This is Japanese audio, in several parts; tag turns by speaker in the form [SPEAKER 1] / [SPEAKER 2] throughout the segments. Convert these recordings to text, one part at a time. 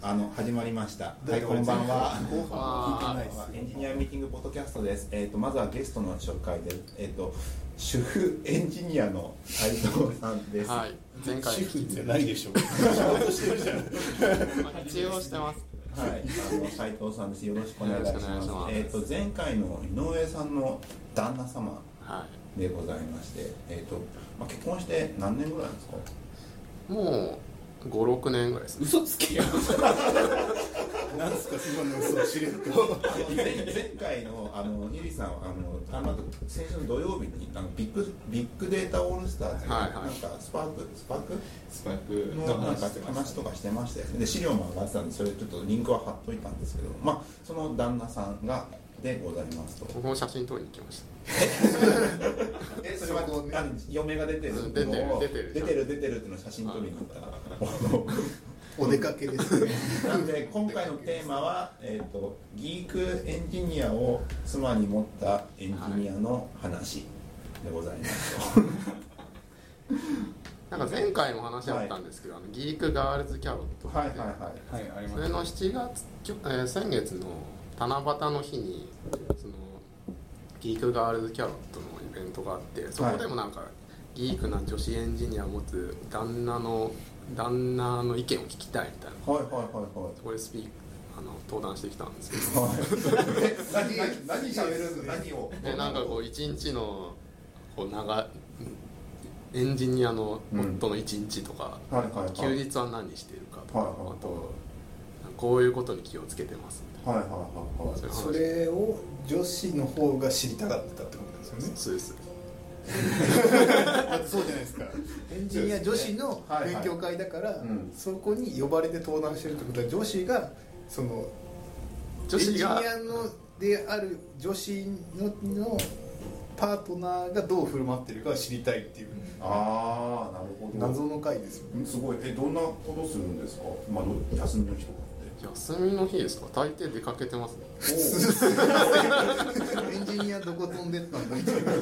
[SPEAKER 1] あの始まりました。はい、こんばんは。エンジニアミーティングポッドキャストです。えっ、とまずはゲストの紹介です。えっ、と主婦エンジニアの斉藤さんです。
[SPEAKER 2] はい、前回
[SPEAKER 3] 主婦じゃないでしょう。
[SPEAKER 2] 一応してます。
[SPEAKER 1] はい、あの斉藤さんです。よろしくお願いし
[SPEAKER 2] よ
[SPEAKER 1] ま
[SPEAKER 2] ろし
[SPEAKER 1] す。
[SPEAKER 2] くお願いします
[SPEAKER 1] えっ、と前回の井上さんの旦那様
[SPEAKER 2] は
[SPEAKER 1] でございまして、えっ、と、まあ、結婚して何年ぐらいですか。
[SPEAKER 2] い。もう五六年ぐらいですね。
[SPEAKER 3] 嘘つけよ。なんすか今の嘘を知ると。
[SPEAKER 1] あの前前回のあのゆりさんはあのたまた先週の土曜日にあのビッグビッグデータオールスターズの
[SPEAKER 2] は
[SPEAKER 1] ないん
[SPEAKER 2] はい
[SPEAKER 1] かスパークスパーク
[SPEAKER 4] スパイク
[SPEAKER 1] の
[SPEAKER 4] の
[SPEAKER 1] なん
[SPEAKER 4] 話
[SPEAKER 1] か
[SPEAKER 4] してま
[SPEAKER 1] 話
[SPEAKER 4] す
[SPEAKER 1] とかしてましたよね。で資料も上がってたんでそれちょっとリンクは貼っといたんですけど、まあその旦那さんがでございますと。
[SPEAKER 2] 僕も写真撮りに行きまし
[SPEAKER 1] えそれは
[SPEAKER 3] そうね
[SPEAKER 1] あの嫁が出てる
[SPEAKER 2] うん出てる
[SPEAKER 1] のを
[SPEAKER 2] 出てる
[SPEAKER 1] 出てる出てるっていうのを写真撮りに行った。
[SPEAKER 3] お出かけですね。
[SPEAKER 1] なんで今回のテーマは、えー、とギークエンジニアを妻に持ったエンジニアの話でございますと、
[SPEAKER 2] た。なんか前回も話あったんですけど、あのギークガールズキャロットって、
[SPEAKER 1] はいはいはい
[SPEAKER 4] はいあり
[SPEAKER 2] そ
[SPEAKER 4] ま
[SPEAKER 2] れ
[SPEAKER 4] す
[SPEAKER 2] の7月、きょえー先月の七夕の日にそのギークガールズキャロットのイベントがあって、そこでもなんか、ギークな女子エンジニアを持つ旦那の旦那の意見を聞きたいみたいな。
[SPEAKER 1] はいは
[SPEAKER 2] そこでスピークあの登壇してきたんですけど。
[SPEAKER 1] いはいはい何何何喋るんだ何を
[SPEAKER 2] でなんかこう一日のこう長いエンジニアの夫の一日とか、
[SPEAKER 1] はいはいはい
[SPEAKER 2] 休日は何してるかとか、
[SPEAKER 1] はいはいはい
[SPEAKER 2] あとこういうことに気をつけてますみ
[SPEAKER 1] はいはいはいはい
[SPEAKER 2] たいな
[SPEAKER 3] それを女子の方が知りたかったってことですよね。
[SPEAKER 2] そうで
[SPEAKER 3] そ
[SPEAKER 2] す
[SPEAKER 3] うじゃないですか。エンジニア女子の勉強会だから、
[SPEAKER 1] うん
[SPEAKER 3] そこに呼ばれて登壇してるってことは女子がその
[SPEAKER 2] 女子
[SPEAKER 3] エン
[SPEAKER 2] が
[SPEAKER 3] ジニアのである女子ののパートナーがどう振る舞ってるかを知りたいっていう
[SPEAKER 1] ああなるほど
[SPEAKER 3] 謎の回ですよね。
[SPEAKER 1] すごいえどんなことするんですかまあど休みの日とか
[SPEAKER 2] 休みの日ですか大抵出かけてますね
[SPEAKER 1] って
[SPEAKER 3] エンジニアどこ飛んでったんだみたいな。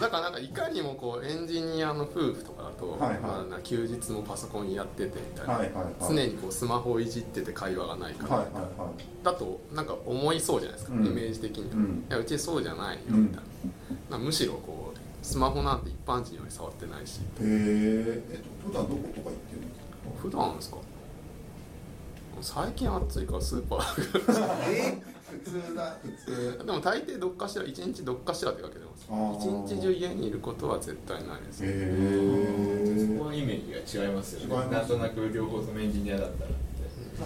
[SPEAKER 2] だからなんかいかにもこうエンジニアの夫婦とかだと、
[SPEAKER 1] はいはい
[SPEAKER 2] まあな、休日もパソコンやっててみたいな、
[SPEAKER 1] はいはいはい
[SPEAKER 2] 常にこうスマホをいじってて会話がないか
[SPEAKER 1] お
[SPEAKER 2] ら、
[SPEAKER 1] はいはいはい
[SPEAKER 2] だとなんか思いそうじゃないですか、
[SPEAKER 1] うん
[SPEAKER 2] イメージ的には、
[SPEAKER 1] うん
[SPEAKER 2] いやうちそうじゃないよ
[SPEAKER 1] うん
[SPEAKER 2] みたいな,、むしろこうスマホなんて一般人より触ってないし
[SPEAKER 1] へーえ普段どことか行ってるんですか
[SPEAKER 2] 普段ですか最近暑いからスー パー
[SPEAKER 3] え
[SPEAKER 1] 普通だ普通
[SPEAKER 2] でも大抵どっかしら一日どっかしら出かけてます
[SPEAKER 1] あー
[SPEAKER 2] 一日中家にいることは絶対ないです、
[SPEAKER 1] へえ
[SPEAKER 4] そこはイメージが違いますよ
[SPEAKER 1] 違いま
[SPEAKER 4] ね
[SPEAKER 1] す
[SPEAKER 4] なんとなく両方ともエンジニアだったらって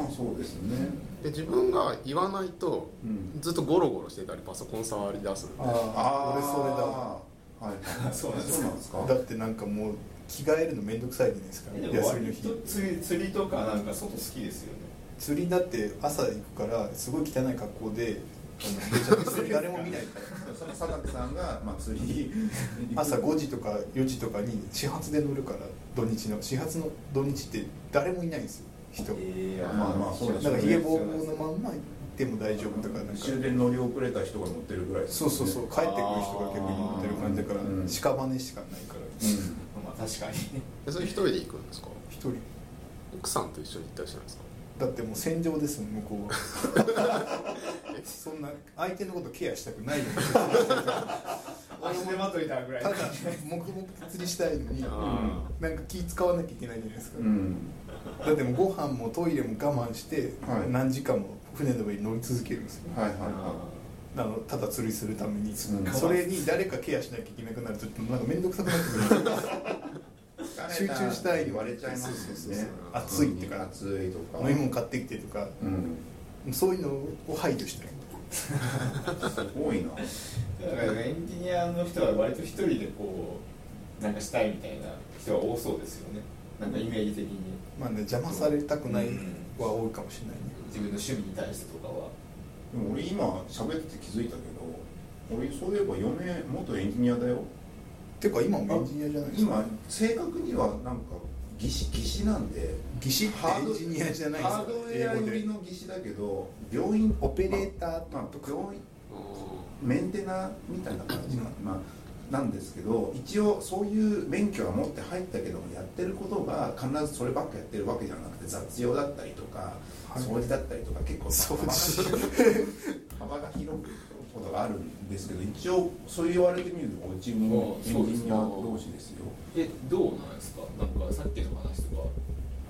[SPEAKER 1] まあそうですね
[SPEAKER 2] で自分が言わないと、
[SPEAKER 1] うん
[SPEAKER 2] ずっとゴロゴロしてたりパソコン触り出すんで
[SPEAKER 3] あー俺それだわ
[SPEAKER 1] れそれだはい
[SPEAKER 4] そうなんですか
[SPEAKER 1] なんですか
[SPEAKER 3] だってなんかもう着替えるのめんどくさいじゃないですか
[SPEAKER 4] でも
[SPEAKER 3] 休みの
[SPEAKER 4] 割と
[SPEAKER 3] 日
[SPEAKER 4] 釣り釣りとかなんか外好きですよね
[SPEAKER 3] 釣りだって朝行くからすごい汚い格好であのめちゃくちゃ誰も見 ないから
[SPEAKER 1] その佐竹さんが、まあ、釣り
[SPEAKER 3] 朝5時とか4時とかに始発で乗るから土日の始発の土日って誰もいないんですよ人だ
[SPEAKER 4] え
[SPEAKER 1] ーまあまあそうでし
[SPEAKER 3] か
[SPEAKER 1] ょう
[SPEAKER 3] ら
[SPEAKER 1] ね
[SPEAKER 3] 家ぼうぼうのまんま行っても大丈夫とかなんか
[SPEAKER 1] 終電乗り遅れた人が乗ってるぐらいです
[SPEAKER 3] そ
[SPEAKER 1] ね
[SPEAKER 3] うそうそう帰ってくる人が結構乗ってる感じだから
[SPEAKER 1] うん
[SPEAKER 3] 屍しかないから
[SPEAKER 1] うん
[SPEAKER 4] まあ確かに
[SPEAKER 2] でそれ一人で行くんですか
[SPEAKER 3] 一人
[SPEAKER 2] 奥さんと一緒に行ったりしないですか
[SPEAKER 3] だってもう戦場ですもん向こ うはそんな相手のことケアしたく ないよ
[SPEAKER 4] 足で待っといたぐらい
[SPEAKER 3] ただ黙々と釣りしたいのに
[SPEAKER 2] あ
[SPEAKER 3] なんか気使わなきゃいけないじゃないですか、
[SPEAKER 1] うん
[SPEAKER 3] だってもうご飯もトイレも我慢して、
[SPEAKER 1] はい
[SPEAKER 3] 何時間も船の上に乗り続けるんですよ
[SPEAKER 1] はいはい
[SPEAKER 4] あ
[SPEAKER 1] は
[SPEAKER 3] あのただ釣りするために、
[SPEAKER 1] ん
[SPEAKER 3] それに誰かケアしなきゃいけなくなるとちょっとなんか面倒くさくなってくる
[SPEAKER 1] い
[SPEAKER 3] 集中したい
[SPEAKER 1] 言われちゃいますよね
[SPEAKER 3] そうそうそう暑いってか
[SPEAKER 1] 暑いとか
[SPEAKER 3] 飲み物買ってきてとか
[SPEAKER 1] うん
[SPEAKER 3] そういうのを排除したい
[SPEAKER 1] すごいな
[SPEAKER 4] だからエンジニアの人は割と一人でこうなんかしたいみたいな人が多そうですよねなんかイメージ的に
[SPEAKER 3] まあね邪魔されたくないは多いかもしれないね、
[SPEAKER 4] 自分の趣味に対してとかは
[SPEAKER 1] でも俺今喋ってて気づいたけど俺そういえば嫁元エンジニアだよ
[SPEAKER 3] ていうか今もエンジニアじゃないですか
[SPEAKER 1] 今正確にはなんか技師技師なんで
[SPEAKER 3] 技師ってエンジニアじゃないです
[SPEAKER 1] ハ
[SPEAKER 3] か
[SPEAKER 1] ードウ
[SPEAKER 3] 英
[SPEAKER 1] ェア
[SPEAKER 3] 語
[SPEAKER 1] 寄り
[SPEAKER 3] で
[SPEAKER 1] の技師だけど病院
[SPEAKER 3] オペレーターとか
[SPEAKER 1] まあまあ病院
[SPEAKER 2] ー
[SPEAKER 1] メンテナーみたいな感じな,、まあ、なんですけど一応そういう免許は持って入ったけどもやってることが必ずそればっかやってるわけじゃなくて雑用だったりとか掃除だったりとか結構
[SPEAKER 3] 掃
[SPEAKER 1] 幅が
[SPEAKER 3] 除
[SPEAKER 1] 幅が広くことがあるんですけど一応そう言われてみるとうちもエンジニア同士ですよ
[SPEAKER 4] えどうなんですかなんかさっきの話とか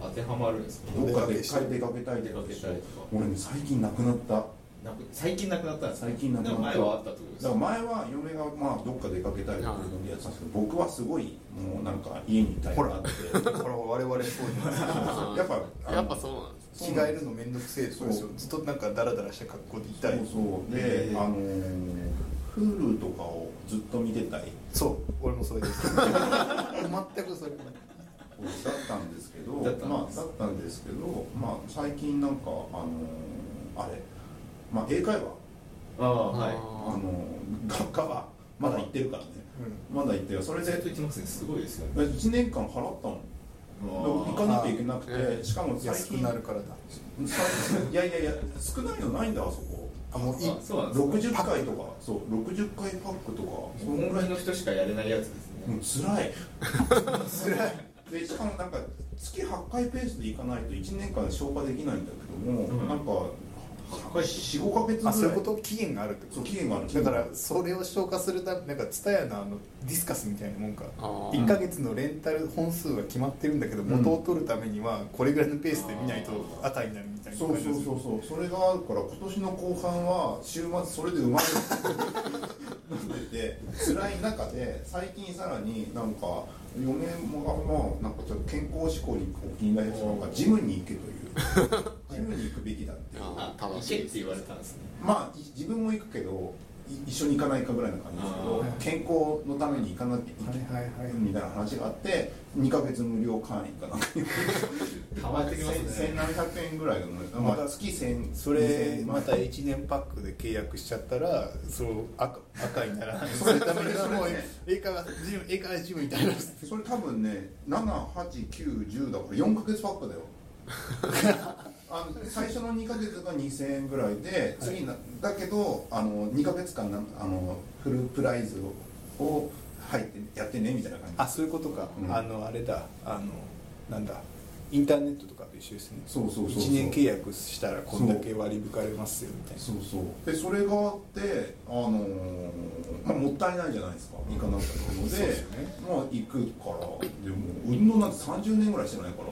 [SPEAKER 4] 当てはまるんですか
[SPEAKER 1] どっかでっかい出かけたい
[SPEAKER 4] 出
[SPEAKER 1] と
[SPEAKER 4] か
[SPEAKER 1] か
[SPEAKER 4] け
[SPEAKER 1] でしょ
[SPEAKER 4] たりとか
[SPEAKER 1] 俺ね最近亡くなった
[SPEAKER 4] なく最近なくなったんですか
[SPEAKER 1] 最近亡くなった
[SPEAKER 4] でも前はあったってことで
[SPEAKER 1] だ
[SPEAKER 4] す
[SPEAKER 1] から
[SPEAKER 4] か
[SPEAKER 1] 前は嫁がまあどっか出かけたいとかいうのでやってたんですけど僕はすごいもうなんか家にいたいなって
[SPEAKER 3] ほら我々そうなんです
[SPEAKER 1] やっぱあの
[SPEAKER 2] やっぱそうなんです
[SPEAKER 3] 着替えるの面倒くせえとかです
[SPEAKER 1] そ
[SPEAKER 3] よ
[SPEAKER 1] う
[SPEAKER 3] ずっとなんかダラダラした格好でいたい
[SPEAKER 1] そうそうで、
[SPEAKER 4] えー
[SPEAKER 1] あのー、Hulu とかをずっと見てたい
[SPEAKER 3] そう俺もそれです 全くそれ
[SPEAKER 1] だったんですけど
[SPEAKER 4] だったん
[SPEAKER 1] ま
[SPEAKER 4] で
[SPEAKER 1] あ、
[SPEAKER 4] す
[SPEAKER 1] だったんですけど、まあ、最近なんか、あのーあれ、まあ、英会話、
[SPEAKER 4] ああはい
[SPEAKER 1] あのー学科はまだ行ってるからね
[SPEAKER 3] う
[SPEAKER 1] まだ行ってるそれ
[SPEAKER 4] ず
[SPEAKER 1] で
[SPEAKER 4] っと言ってますねすごいですよね
[SPEAKER 1] 1年間払ったの行かなきゃいけなく
[SPEAKER 2] あー
[SPEAKER 1] てしかも
[SPEAKER 3] ん
[SPEAKER 1] 最
[SPEAKER 3] 安く
[SPEAKER 1] 近
[SPEAKER 3] なるからだ
[SPEAKER 1] 最近いやいやいや少ないのないんだあそこ
[SPEAKER 3] あもういい
[SPEAKER 4] あそうなんです
[SPEAKER 1] 60回とかそう60回パックとかそ
[SPEAKER 4] オ
[SPEAKER 1] の
[SPEAKER 4] ン
[SPEAKER 1] ぐら
[SPEAKER 4] ラ
[SPEAKER 1] い
[SPEAKER 4] インの人しかやれないやつです
[SPEAKER 1] もう
[SPEAKER 4] ね
[SPEAKER 1] 辛い
[SPEAKER 3] 辛い
[SPEAKER 1] でしかもなんか月8回ペースでいかないと1年間消化できないんだけども、
[SPEAKER 4] うん
[SPEAKER 1] なんか45か月ぐらい
[SPEAKER 3] あそういうこと期限があるってこ
[SPEAKER 1] そ
[SPEAKER 3] と
[SPEAKER 1] う期限がある
[SPEAKER 3] だからそれを消化するためなんか蔦屋のあのディスカスみたいなもんか
[SPEAKER 2] あー
[SPEAKER 3] 1か月のレンタル本数は決まってるんだけど元を取るためにはこれぐらいのペースで見ないと赤になるみたいな
[SPEAKER 1] そう
[SPEAKER 3] 感
[SPEAKER 1] そ
[SPEAKER 3] じ
[SPEAKER 1] うそうそうそれがあるから今年の後半は週末それでうまいなってて辛い中で最近さらになんか嫁もがまあなんかちょっと健康志向にお気になりだしたのかジムに行けというジムに行くべきだっていう
[SPEAKER 2] あ
[SPEAKER 4] あ
[SPEAKER 2] 正
[SPEAKER 4] 行
[SPEAKER 2] し
[SPEAKER 4] け
[SPEAKER 2] い
[SPEAKER 4] っ
[SPEAKER 2] で
[SPEAKER 4] て
[SPEAKER 2] す
[SPEAKER 4] 言われたんですね
[SPEAKER 1] まあい自分も行くけどい一緒に行かないかぐらいな感じですけど健康のために行かなきゃいけない
[SPEAKER 3] はいはいはい
[SPEAKER 1] みたいな話があって2か月無料会員かな
[SPEAKER 4] たまってきますね
[SPEAKER 1] 1700円ぐらいの、
[SPEAKER 3] ま
[SPEAKER 1] ま
[SPEAKER 3] た
[SPEAKER 1] あ、月1000
[SPEAKER 3] それ
[SPEAKER 1] 2000
[SPEAKER 3] また1年パックで契約しちゃったらそれを赤赤にならないそれためにはもう英会話ジム英会話ジムみたいな
[SPEAKER 1] それ多分ね78910だから4か月パック だよあの最初の2か月が2000円ぐらいで次な、だけどあの2か月間なんあのフルプライズをを入ってやってねみたいな感じ
[SPEAKER 3] あそういうことか、
[SPEAKER 1] うん
[SPEAKER 3] あのあれだあのなんだインターネットとかと一緒ですね
[SPEAKER 1] そうそうそうそう
[SPEAKER 3] 1年契約したらこんだけ割り引かれますよみたいな
[SPEAKER 1] そうそうでそれがあって、あのーまあ、もったいないじゃないですか行かなくても
[SPEAKER 3] そう
[SPEAKER 1] で
[SPEAKER 3] ですよね
[SPEAKER 1] まあ行くからでも運動なんて30年ぐらいしてないから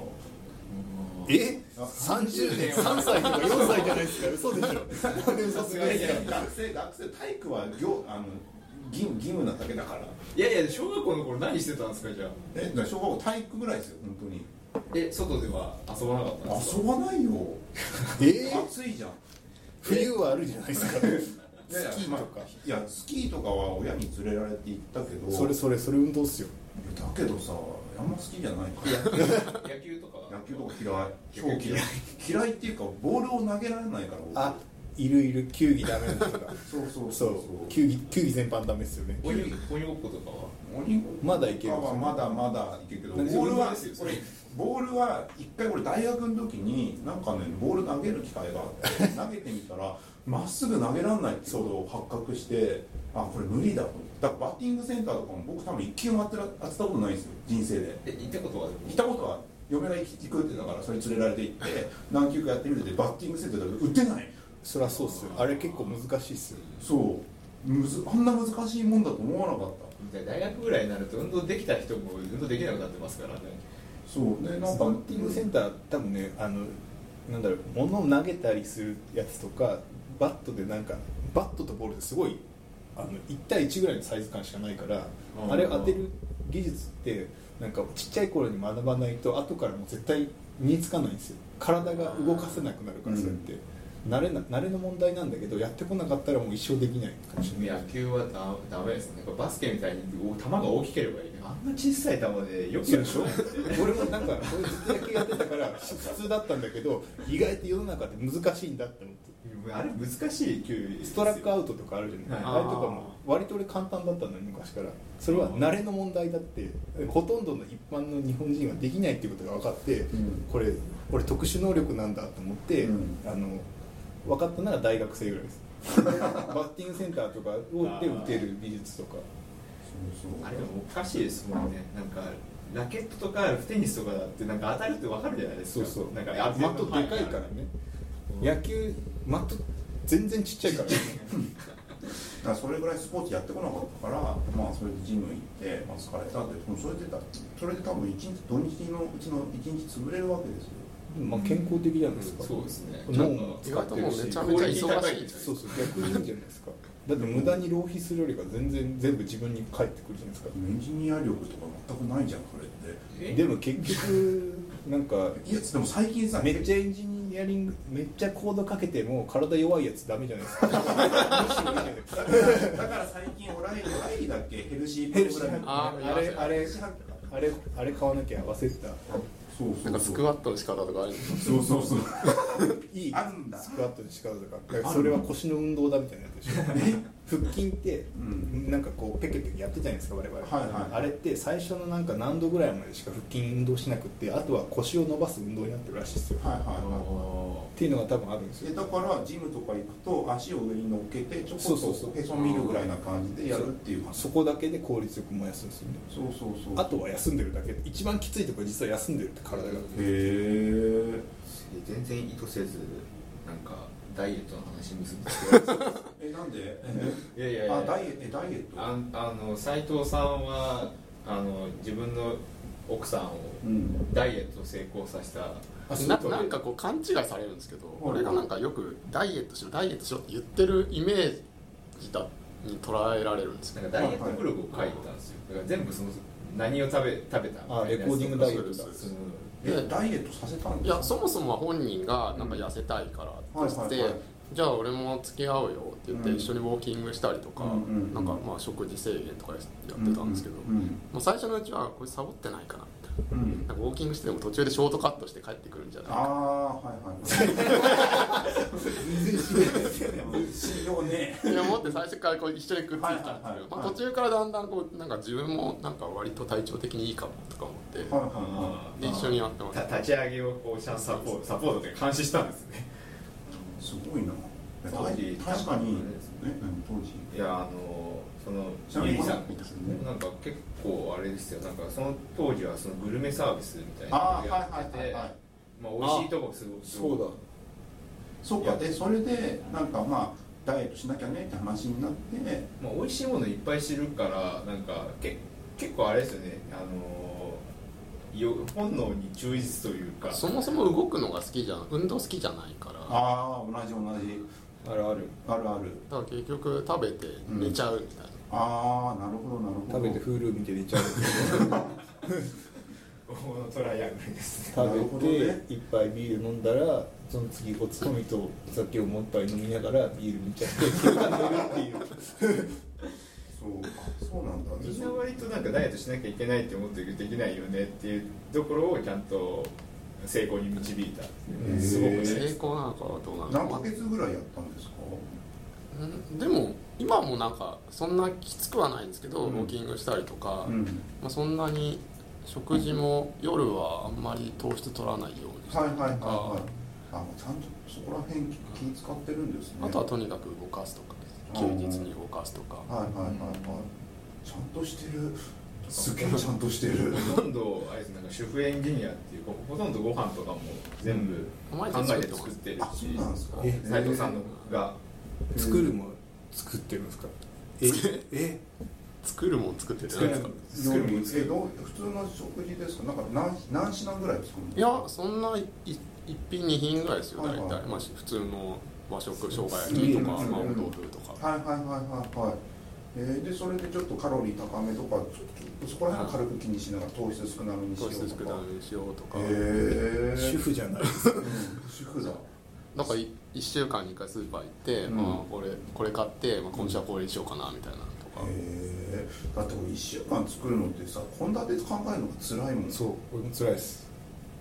[SPEAKER 3] え
[SPEAKER 1] あ
[SPEAKER 3] 30年3歳とか4歳じゃないですか 嘘でしょ
[SPEAKER 4] さすがに
[SPEAKER 1] いや学生学生体育は業あの義義務なだけだから
[SPEAKER 4] いやいや小学校の頃何してたんですかじゃあ
[SPEAKER 1] えだから小学校体育ぐらいですよ本当に
[SPEAKER 4] え外では遊ばなかったんですか
[SPEAKER 1] 遊ばないよ
[SPEAKER 3] え
[SPEAKER 1] 暑いじゃん
[SPEAKER 3] 冬はあるじゃないですか
[SPEAKER 1] いやいや
[SPEAKER 3] スキーとか
[SPEAKER 1] まあいやスキーとかは親に連れられて行ったけど
[SPEAKER 3] それそれそれ運動っすよ
[SPEAKER 1] だけどさあんま好きじゃないから
[SPEAKER 4] 野球とか
[SPEAKER 1] 野球とか嫌い
[SPEAKER 4] 野球嫌い
[SPEAKER 1] 超嫌い嫌いっていうかボールを投げられないから
[SPEAKER 3] あいるいる球技ダメな人が
[SPEAKER 1] そうそうそう
[SPEAKER 3] そ
[SPEAKER 1] そう
[SPEAKER 3] う球技球技全般ダメですよね
[SPEAKER 4] 鬼鬼ごっことかは
[SPEAKER 1] 鬼
[SPEAKER 3] まだいける
[SPEAKER 1] はまだまだいけるけど
[SPEAKER 4] 何
[SPEAKER 1] ボールは
[SPEAKER 4] 自分の
[SPEAKER 1] 俺
[SPEAKER 4] ですよ
[SPEAKER 1] ボールは一回俺大学の時になんかねボール投げる機会があ って投げてみたらまっすぐ投げられないってことを発覚してあこれ無理だとだからバッティングセンターとかも僕多分一球も当てら当てたことないんですよ人生で
[SPEAKER 4] え行ったことは
[SPEAKER 1] 行ったことは嫁が行き行くってだからそれ連れられて行って何球かやってみるでバッティングセンターで打てない
[SPEAKER 3] そりゃそうっすよあれ結構難しいっすよ
[SPEAKER 1] そうむずあんな難しいもんだと思わなかった
[SPEAKER 4] 大学ぐらいになると運動できた人も運動できなくなってますからね
[SPEAKER 1] そうねなんか
[SPEAKER 3] バッティングセンター多分ねあのなんだろう物を投げたりするやつとかバットでなんかバットとボールですごいあの1対1ぐらいのサイズ感しかないから
[SPEAKER 4] うん
[SPEAKER 3] あれ当てる技術ってなんかちっちゃい頃に学ばないと後からもう絶対身につかないんですよ体が動かせなくなるからそれって、慣れな慣れの問題なんだけどやってこなかったらもう一生できないかもしれない
[SPEAKER 4] 野球はだダメですねバスケみたいに球が大きければいいねあんな小さい球でよく
[SPEAKER 3] そう
[SPEAKER 4] やる
[SPEAKER 3] でしょ俺もなんか俺ずっと野球やってたから普通だったんだけど意外と世の中って難しいんだって思って
[SPEAKER 4] あれ難しい球
[SPEAKER 3] ストラックア
[SPEAKER 4] ウ
[SPEAKER 3] ウトとかあるじゃない、
[SPEAKER 4] はい
[SPEAKER 3] あれとかも割と俺簡単だったのに昔からそれは慣れの問題だってほとんどの一般の日本人はできないっていうことが分かって、
[SPEAKER 1] ん
[SPEAKER 3] これ俺特殊能力なんだと思って、
[SPEAKER 1] うん
[SPEAKER 3] あの分かったなら大学生ぐらいですバッティングセンターとかをで打てる技術とか
[SPEAKER 1] そうそう
[SPEAKER 4] あれでもおかしいですもんねなんかラケットとかテニスとかだってなんか当たるってわかるじゃないです
[SPEAKER 3] そ
[SPEAKER 4] か
[SPEAKER 3] うそう
[SPEAKER 4] なんか
[SPEAKER 3] 的でかいからね野球的全然ちっちゃいから、ね、
[SPEAKER 1] だからそれぐらいスポーツやってこなかったから、まあ、それでジム行って、まあ、疲れたって、でもそれでだそれで多分一日土日のうちの一日潰れるわけですよ。
[SPEAKER 3] まあ健康的じゃないですか、
[SPEAKER 4] そうですね
[SPEAKER 3] 脳
[SPEAKER 4] ちゃん
[SPEAKER 3] も
[SPEAKER 4] と
[SPEAKER 3] 使ってるし
[SPEAKER 2] 意外ともうめ
[SPEAKER 4] 効
[SPEAKER 2] ちゃめ
[SPEAKER 4] 率
[SPEAKER 2] ちゃ
[SPEAKER 4] 高
[SPEAKER 2] 忙
[SPEAKER 4] い
[SPEAKER 2] しい
[SPEAKER 4] んじゃないです
[SPEAKER 3] そうそう逆にいいんじゃないですかだって無駄に浪費するよりか全然全部自分に返ってくるじゃないですか
[SPEAKER 1] エンジニア力とか全くないじゃん、それって。
[SPEAKER 3] でも結局なんか
[SPEAKER 1] いや、でも最近さ、
[SPEAKER 3] めっちゃエンジニアリングめっちゃコードかけても体弱いやつダメじゃないですか
[SPEAKER 1] だからだから最近オライオライだっけヘルシー
[SPEAKER 3] ヘルシー
[SPEAKER 2] あ
[SPEAKER 3] あ
[SPEAKER 2] ー
[SPEAKER 3] れあれ
[SPEAKER 1] ヘルシーハック
[SPEAKER 3] あれあれ買わなきゃ忘れてた
[SPEAKER 1] そうそうそう
[SPEAKER 2] なんかスクワットの仕方とかあるんです
[SPEAKER 1] そうそうそう
[SPEAKER 3] いい
[SPEAKER 1] あるんだ
[SPEAKER 3] スクワットの仕方とかだからそれは腰の運動だみたいなやつでしょ腹筋って
[SPEAKER 1] うん
[SPEAKER 3] なんかこうペケペケやってたじゃないですか我々、
[SPEAKER 1] はいはい
[SPEAKER 3] あれって最初のなんか何度ぐらいまでしか腹筋運動しなくってあとは腰を伸ばす運動になってるらしいですよ、
[SPEAKER 1] はいはいは
[SPEAKER 3] っていうのが多分あるんです
[SPEAKER 1] いで
[SPEAKER 3] よ
[SPEAKER 1] だからジムとか行くと足を上に乗っけてちょ
[SPEAKER 3] そ
[SPEAKER 1] こ
[SPEAKER 3] うそう
[SPEAKER 1] っ
[SPEAKER 3] そ
[SPEAKER 1] と
[SPEAKER 3] う
[SPEAKER 1] へそ見るぐらいな感じでやるっていう感じ
[SPEAKER 3] そこだけで効率よく燃やすんですよね
[SPEAKER 1] そうそうそう
[SPEAKER 3] あとは休んでるだけ一番きついところ実は休んでるって体が
[SPEAKER 1] へえ
[SPEAKER 4] 全然意図せずなんかダイエットの話結んで
[SPEAKER 1] えなんで
[SPEAKER 4] いやいやいや
[SPEAKER 1] あダイエットえダイエット
[SPEAKER 4] ああの斉藤さんはあの自分の奥さんを
[SPEAKER 1] うん
[SPEAKER 4] ダイエットを成功させた
[SPEAKER 3] あそう
[SPEAKER 2] ななんかこう勘違いされるんですけど、
[SPEAKER 1] い
[SPEAKER 2] 俺がなんかよくダイエットしろダイエットしろって言ってるイメージだに捉えられるんですよ
[SPEAKER 4] なんかダイエットブログを書いてたんですよだから全部その何を食べ食べた
[SPEAKER 3] あレコーディングダイエットだ
[SPEAKER 4] その
[SPEAKER 1] えダイエットさせたん
[SPEAKER 2] い
[SPEAKER 1] です
[SPEAKER 2] や
[SPEAKER 1] か
[SPEAKER 2] そもそもは本人がなんか痩せたいからって言って、
[SPEAKER 1] うんはいはいはい
[SPEAKER 2] じゃあ俺も付き合おうよって言って
[SPEAKER 1] うん
[SPEAKER 2] 一緒にウォーキングしたりとか、
[SPEAKER 1] うんうんうん
[SPEAKER 2] なんかまあ食事制限とかやってたんですけど、
[SPEAKER 1] うんうん
[SPEAKER 2] もう最初のうちはこれサボってないかなみたいな
[SPEAKER 1] うんうん
[SPEAKER 2] なんかウォーキングしてても途中でショートカットして帰ってくるんじゃない
[SPEAKER 1] あ
[SPEAKER 2] か
[SPEAKER 1] あはいはい全然しないですよねしようね
[SPEAKER 2] って思って最初からこう一緒にくっついたんですけど、
[SPEAKER 1] はいはいはい
[SPEAKER 2] まあ、途中からだんだんこうなんか自分もなんか割と体調的にいいかもとか思って、
[SPEAKER 1] はいはいはい
[SPEAKER 4] あ
[SPEAKER 2] で一緒にやってました
[SPEAKER 4] た立ち上げをこうちゃんとサポートサポートで監視したんですね
[SPEAKER 1] すごいな。
[SPEAKER 4] 当時
[SPEAKER 1] 確かに
[SPEAKER 4] ね。
[SPEAKER 1] え、何当時。
[SPEAKER 4] いやあのそ
[SPEAKER 1] ちな
[SPEAKER 4] の
[SPEAKER 1] み
[SPEAKER 4] ゆ
[SPEAKER 1] に
[SPEAKER 4] りさん
[SPEAKER 1] いですよね
[SPEAKER 4] なんか結構あれですよなんかその当時はそのグルメサービスみたいなの
[SPEAKER 1] あ
[SPEAKER 4] を
[SPEAKER 1] ー、は
[SPEAKER 4] やって
[SPEAKER 1] いはい
[SPEAKER 4] て
[SPEAKER 1] はいはい。
[SPEAKER 4] まあ美味しいとこすごく
[SPEAKER 1] そ
[SPEAKER 3] そうだ
[SPEAKER 1] うか、で、それで、なんか、まあ。ダイエットしなきゃねって話になって。
[SPEAKER 4] まあ、美味しいものいっぱい知るからなんかけ結構あれですよね、あのーよ本能に忠実というか
[SPEAKER 2] そもそも動くのが好きじゃん運動好きじゃないからだか
[SPEAKER 1] ああ、同じ同じ。
[SPEAKER 3] あるある
[SPEAKER 1] あるある。
[SPEAKER 2] ら結局食べて寝ちゃうみたいな、
[SPEAKER 1] ああ、なるほど、なるほど。
[SPEAKER 3] 食べて Hulu 見て寝ちゃう
[SPEAKER 4] このトライアングルですね
[SPEAKER 1] なるほ
[SPEAKER 3] 食
[SPEAKER 1] ど
[SPEAKER 3] べ
[SPEAKER 1] ね
[SPEAKER 3] て一杯ビール飲んだらその次おつまみとお酒をもう一杯飲みながらビール見ちゃって昼間寝るっていう
[SPEAKER 1] そうか、そうなんだね。
[SPEAKER 4] みんな割となんかダイエットしなきゃいけないって思ってるけどできないよねっていうところをちゃんと成功に導いたっていう
[SPEAKER 1] へー
[SPEAKER 4] ねすごくね
[SPEAKER 2] 成功なのかはどうなの
[SPEAKER 1] 何
[SPEAKER 2] か
[SPEAKER 1] ヶ月ぐらいやったんですか。
[SPEAKER 2] うんでも今もなんかそんなきつくはないんですけど、
[SPEAKER 1] うん
[SPEAKER 2] ウォーキングしたりとか、
[SPEAKER 1] うん。
[SPEAKER 2] まあ、そんなに食事も夜はあんまり糖質取らないようにした
[SPEAKER 1] はい
[SPEAKER 2] り
[SPEAKER 1] はい
[SPEAKER 2] とか、
[SPEAKER 1] はいはい。あ、もうちゃんとそこら辺気使ってるんですね。
[SPEAKER 2] あとはとにかく動かすとか休日に動かすとか、
[SPEAKER 1] はいはいはいはい。ちゃんとしてる。すげえちゃんとしてる。
[SPEAKER 4] ほとんどあれですなんか主婦エンジニアっていうほとんどご飯とかも全部考えて作ってる
[SPEAKER 1] あ、そ
[SPEAKER 4] し
[SPEAKER 1] うなんですか。
[SPEAKER 3] え
[SPEAKER 4] 斉藤さんのが
[SPEAKER 3] 作るもん作ってるんですかええ
[SPEAKER 2] 作るもん作ってるじゃないですか
[SPEAKER 1] 作るんですけど普通の食事ですかなんか何何品ぐらい作るの
[SPEAKER 2] いやそんない一品二品ぐらいですよ
[SPEAKER 1] は
[SPEAKER 2] 大
[SPEAKER 1] いはい
[SPEAKER 2] 体、まあ、普通の和食生姜焼きとか、
[SPEAKER 1] うん
[SPEAKER 2] まあ、お豆腐とか、
[SPEAKER 1] はいはいはいはいはいえー、でそれでちょっとカロリー高めとかちょっとそこら辺は軽く気にしながら糖質少なめにしようと
[SPEAKER 2] 糖
[SPEAKER 1] か
[SPEAKER 2] 質少なめにしようとか、
[SPEAKER 1] えー、
[SPEAKER 3] 主 婦じゃないです
[SPEAKER 1] うん主婦だ
[SPEAKER 2] なんかい1週間に1回スーパー行って、
[SPEAKER 1] うん
[SPEAKER 2] まあ、これこれ買って、まあ、今週はこれにしようかなみたいなのとか、
[SPEAKER 1] えー、だって俺1週間作るのってさ献立考えるのが辛いもん
[SPEAKER 3] そう俺も辛いです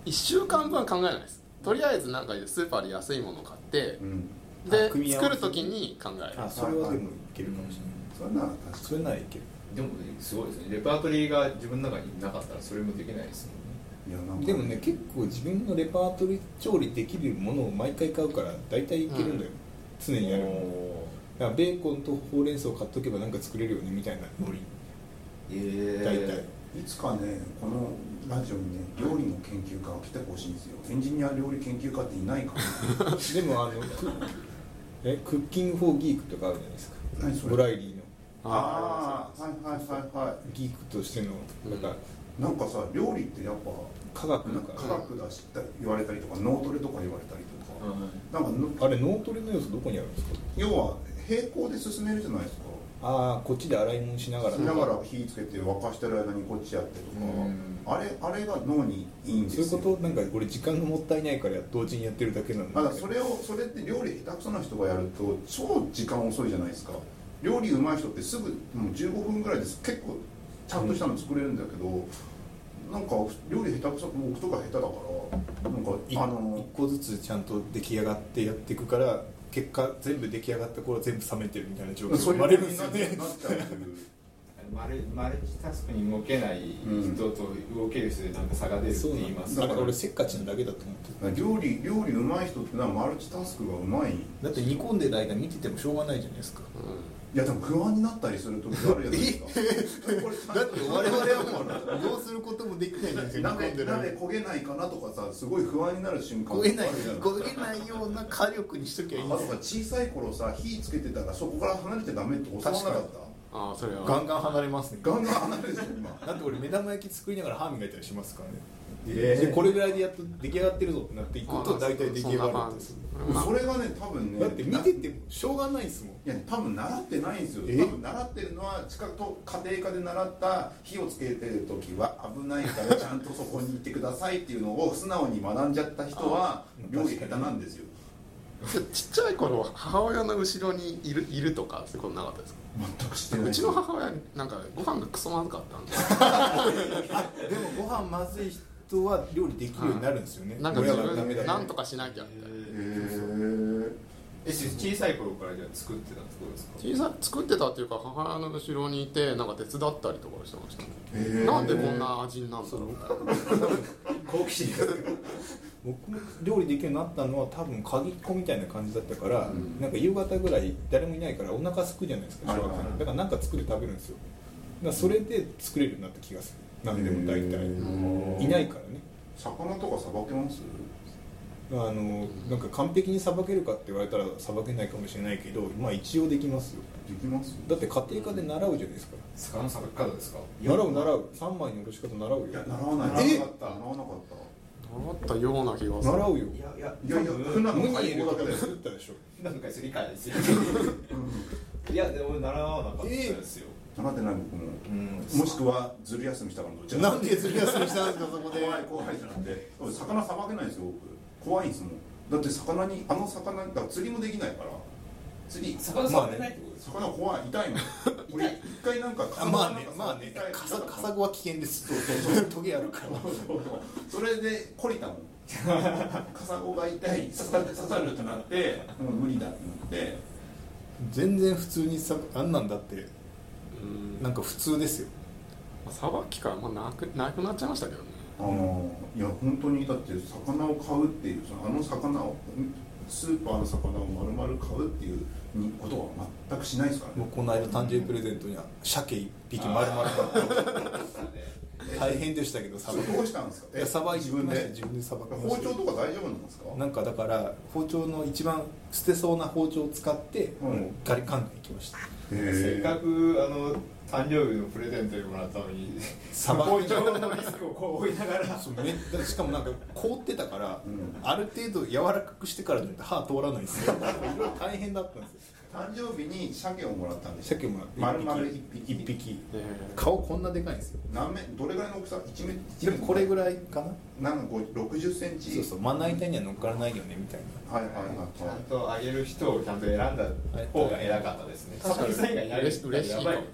[SPEAKER 2] 1週間分は考えないですとりあえずなんかスーパーで安いものを買って
[SPEAKER 1] う、ん
[SPEAKER 3] あ組
[SPEAKER 2] で
[SPEAKER 3] み合
[SPEAKER 2] 作
[SPEAKER 3] わ
[SPEAKER 2] る
[SPEAKER 3] せ
[SPEAKER 2] 時に考える
[SPEAKER 3] あそれはでもいけるかもしれない
[SPEAKER 1] それなら確か
[SPEAKER 3] それならいける
[SPEAKER 4] でもねすごいですねレパートリーが自分の中になかったらそれもできないですもんね
[SPEAKER 1] にいやなんか
[SPEAKER 3] でもね結構自分のレパートリー調理できるものを毎回買うから大体いけるんだよ、常にやるものだからベーコンとほうれん草買っとけばなんか作れるよねみたいなノリ
[SPEAKER 4] ええ
[SPEAKER 3] 大体、
[SPEAKER 1] いつかねこのラジオにね料理の研究家が来てほしいんですよエンジニア料理研究家っていない から
[SPEAKER 3] でもあのク えクッキングフォーギークとかあるじゃないですか
[SPEAKER 1] 何それ
[SPEAKER 3] ブライリーの
[SPEAKER 1] ああはいはいはいは
[SPEAKER 3] ギークとしてのなんか
[SPEAKER 1] いなんかさ料理ってやっぱ
[SPEAKER 3] 科学
[SPEAKER 1] な
[SPEAKER 3] の
[SPEAKER 1] んか
[SPEAKER 3] か
[SPEAKER 1] 科学だしって言われたりとか脳トレとか言われたりとか、なんかぬ
[SPEAKER 3] あれ脳トレの要素どこにあるんですか
[SPEAKER 1] 要は平行で進めるじゃないですか
[SPEAKER 3] ああこっちで洗い物しながら
[SPEAKER 1] しながら火つけて沸かしてる間にこっちやってと
[SPEAKER 4] うん
[SPEAKER 1] かあれあれが脳にいいんです
[SPEAKER 3] そう
[SPEAKER 1] よ
[SPEAKER 3] いうことなんか俺時間がもったいないから同時にやってるだけなのに
[SPEAKER 1] ただそれをそれって料理下手くそな人がやると超時間遅いじゃないですか料理うまい人ってすぐもう15分ぐらいです結構ちゃんとしたの作れるんだけど、なんか料理下手くそ僕とか下手だからなんか
[SPEAKER 3] 一
[SPEAKER 1] あの
[SPEAKER 3] 個ずつちゃんと出来上がってやっていくから結果全部出来上がった頃全部冷めてるみたいな状況が
[SPEAKER 1] そう
[SPEAKER 3] 生
[SPEAKER 1] いう風
[SPEAKER 3] まれるんで
[SPEAKER 1] に
[SPEAKER 3] す
[SPEAKER 1] な
[SPEAKER 3] よ
[SPEAKER 1] っちゃう
[SPEAKER 3] ね
[SPEAKER 1] なっちゃうという
[SPEAKER 4] マルマルチタスクに動けない人と動ける人でなんか差が出るって
[SPEAKER 3] そうな
[SPEAKER 4] 言い
[SPEAKER 3] ん
[SPEAKER 4] ま
[SPEAKER 3] ですす
[SPEAKER 1] そ
[SPEAKER 3] だ
[SPEAKER 1] う
[SPEAKER 3] か
[SPEAKER 1] なんだ
[SPEAKER 3] ら俺せっかちなだけだと思ってる
[SPEAKER 1] 料理料理うまい人ってのはマルチタスクがうまいい
[SPEAKER 3] だって煮込んでる間見ててもしょうがないじゃないですか
[SPEAKER 1] やでも不安になったりする時あるじゃないですかこれちゃんと
[SPEAKER 3] はどうすることもできないんです
[SPEAKER 1] 鍋鍋焦げないかなとかさすごい不安になる瞬間あるじゃない
[SPEAKER 3] げないような火力にしとき
[SPEAKER 1] あとか小さい頃さ火つけてたらそこから離れちゃダメって教わらなかっ
[SPEAKER 2] ああそれは
[SPEAKER 3] ガンガン離れますね
[SPEAKER 1] たガンガン離れてるよ今
[SPEAKER 3] だって俺目玉焼き作りながら歯磨いたりしますからね、
[SPEAKER 1] ええ
[SPEAKER 3] でこれぐらいでやっと出来上がってるぞってなっていくと大体出来上がるんですよ
[SPEAKER 1] それがね多分ね
[SPEAKER 3] だって見ててもしょうがないですもん
[SPEAKER 1] いや多分習ってないんですよ
[SPEAKER 3] え
[SPEAKER 1] 多分習ってるのは近くと家庭科で習った火をつけてる時は危ないからちゃんとそこにいてくださいっていうのを素直に学んじゃった人は料理下手なんですよ
[SPEAKER 2] ちっちゃい頃母親の後ろにいるいるとかそういうことなかったですか
[SPEAKER 1] 全くしてないう
[SPEAKER 2] ちの母親なんかご飯がクソまずかったんで
[SPEAKER 3] でもご飯まずい人は料理できるようになるんですよね
[SPEAKER 2] なんか自
[SPEAKER 3] 親がダメ
[SPEAKER 2] 分
[SPEAKER 3] だ
[SPEAKER 2] なんとかしなきゃみたいな
[SPEAKER 1] へー
[SPEAKER 4] え小さい頃からじゃあ作ってたってことですか
[SPEAKER 2] 小さい作ってたっていうか母親の後ろにいてなんか手伝ったりとかしてました、
[SPEAKER 1] へー
[SPEAKER 2] なんでこんな味になるんだろう
[SPEAKER 4] 好奇心ですけど
[SPEAKER 3] 僕も料理できるようになったのは多分鍵っ子みたいな感じだったから、
[SPEAKER 2] うん
[SPEAKER 3] なんか夕方ぐらい誰もいないからお腹すくじゃないですか
[SPEAKER 1] はい
[SPEAKER 3] 小
[SPEAKER 1] はい
[SPEAKER 3] 学生のだからなんか作って食べるんですよだからそれで作れるようになった気がする何でも大体
[SPEAKER 1] へー
[SPEAKER 3] いないからね
[SPEAKER 1] 魚とかさばけます
[SPEAKER 3] あのなんか完璧にさばけるかって言われたらさばけないかもしれないけどまあ一応できますよ
[SPEAKER 1] できます
[SPEAKER 3] だって家庭科で習うじゃないですか
[SPEAKER 4] 魚さばき方ですか
[SPEAKER 3] 習う習う3枚のおろし方習うよ
[SPEAKER 1] いや習わない習わなかった習わなかった
[SPEAKER 2] 習ったような気がする
[SPEAKER 3] 習うよ
[SPEAKER 4] いやいや
[SPEAKER 1] いやいや
[SPEAKER 4] 多分
[SPEAKER 1] 普段
[SPEAKER 3] 無にいる方で作ったでしょ
[SPEAKER 4] なんか理解ですよいやでも習わなかったですよ、
[SPEAKER 1] 習ってない僕も
[SPEAKER 4] うん
[SPEAKER 1] もしくはずる休みしたからどっち
[SPEAKER 3] なん
[SPEAKER 1] で
[SPEAKER 3] で釣り休みしたんですかそこで
[SPEAKER 1] 怖い怖いじゃなくて俺魚さばけないんですよ僕怖いんですもんだって魚にあの魚だから釣りもできないから釣り
[SPEAKER 4] 魚さばけないってことですか、
[SPEAKER 1] 魚怖い 痛いの俺一回なんか
[SPEAKER 3] あまあねまあね
[SPEAKER 1] 痛い
[SPEAKER 3] カサ
[SPEAKER 1] 痛か
[SPEAKER 3] カ
[SPEAKER 1] った
[SPEAKER 3] サゴは危険です トゲあるから
[SPEAKER 1] それで懲りたもんカサゴが痛い刺さ刺さるってなってもう無理だってなって
[SPEAKER 3] 全然普通にさあんなんだって
[SPEAKER 2] うん
[SPEAKER 3] なんか普通ですよ
[SPEAKER 2] さばきからもうなくなくなっちゃいましたけどね
[SPEAKER 1] あのいや本当にだって魚を買うっていうそのあの魚をスーパーの魚を丸々買うっていうにことは全くしないですから
[SPEAKER 3] も
[SPEAKER 1] ね
[SPEAKER 3] うこの間誕生日プレゼントには鮭一匹丸々 大変でしたけどさ
[SPEAKER 1] それどうしたんですか
[SPEAKER 3] ばいやさばい
[SPEAKER 1] 自分で
[SPEAKER 3] 自分でさばきま
[SPEAKER 1] 包
[SPEAKER 3] した
[SPEAKER 1] 丁とか大丈夫なんですか
[SPEAKER 3] なんかだから包丁の一番捨てそうな包丁を使って、
[SPEAKER 1] うん
[SPEAKER 3] もうガリカンでいきました
[SPEAKER 4] せ
[SPEAKER 1] へ
[SPEAKER 4] っ
[SPEAKER 1] ー
[SPEAKER 4] かくあの誕生日のプレゼントでもらったのに
[SPEAKER 3] さば
[SPEAKER 4] 包丁のリスクをこう追いながら
[SPEAKER 3] そうめだしかもなんか凍ってたから、
[SPEAKER 1] うん
[SPEAKER 3] ある程度柔らかくしてからじゃないと歯通らないんですよなんかいろいろ大変だったんですよ
[SPEAKER 1] 誕生日に鮭をもらったんでしたっけ
[SPEAKER 3] 鮭も
[SPEAKER 1] 丸々一匹
[SPEAKER 3] 一匹
[SPEAKER 2] え
[SPEAKER 3] 顔こんなでかいんですよ
[SPEAKER 1] 何メどれぐらいの大きさ1メ
[SPEAKER 3] でもこれぐ
[SPEAKER 1] い
[SPEAKER 3] らいかな
[SPEAKER 1] なんか6 0センチ
[SPEAKER 3] そうそうまな板には乗っからないよねみたいな
[SPEAKER 1] はいはいはい
[SPEAKER 4] ちゃ
[SPEAKER 1] は
[SPEAKER 4] んとあげる人をちゃんと選んだ方が偉かったですね。
[SPEAKER 2] 確かに
[SPEAKER 4] 佐々木さん以外やる
[SPEAKER 2] 嬉し
[SPEAKER 4] 人
[SPEAKER 2] 嬉しいかも
[SPEAKER 4] やば
[SPEAKER 1] い、うん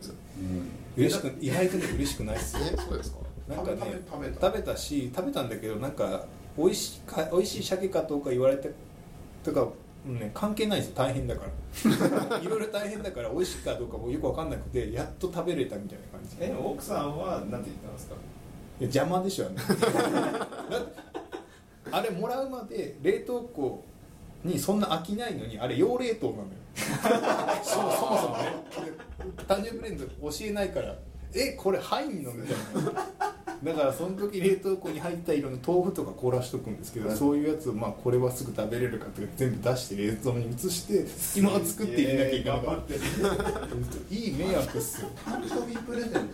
[SPEAKER 3] 嬉しく意外とね嬉しくないっすよ
[SPEAKER 2] えそうですか
[SPEAKER 3] なんかね
[SPEAKER 1] 食べ食べ食べた
[SPEAKER 3] 食べたし食べたんだけどなんか美味しいか美味しい鮭かどうか言われてとか、うんね、関係ないんですよ大変だから いろいろ大変だから美味しいかどうかもよく分かんなくてやっと食べれたみたいな感じ
[SPEAKER 4] え奥さんはなんて言ったんですか。
[SPEAKER 3] いや邪魔でしょあんな だってあれもらうまで冷凍庫にそんな飽きないのにあれ 用冷凍なのよそそもそもねで誕生日プレゼント教えないからえこれ入んのみたいなだからその時冷凍庫に入った色の豆腐とか凍らしとくんですけど、
[SPEAKER 1] はい
[SPEAKER 3] そういうやつをまあこれはすぐ食べれるかとか全部出して冷蔵に移して隙間を作って入れなきゃいけなかった、 いい迷惑っすよ
[SPEAKER 1] 誕生日プレゼントって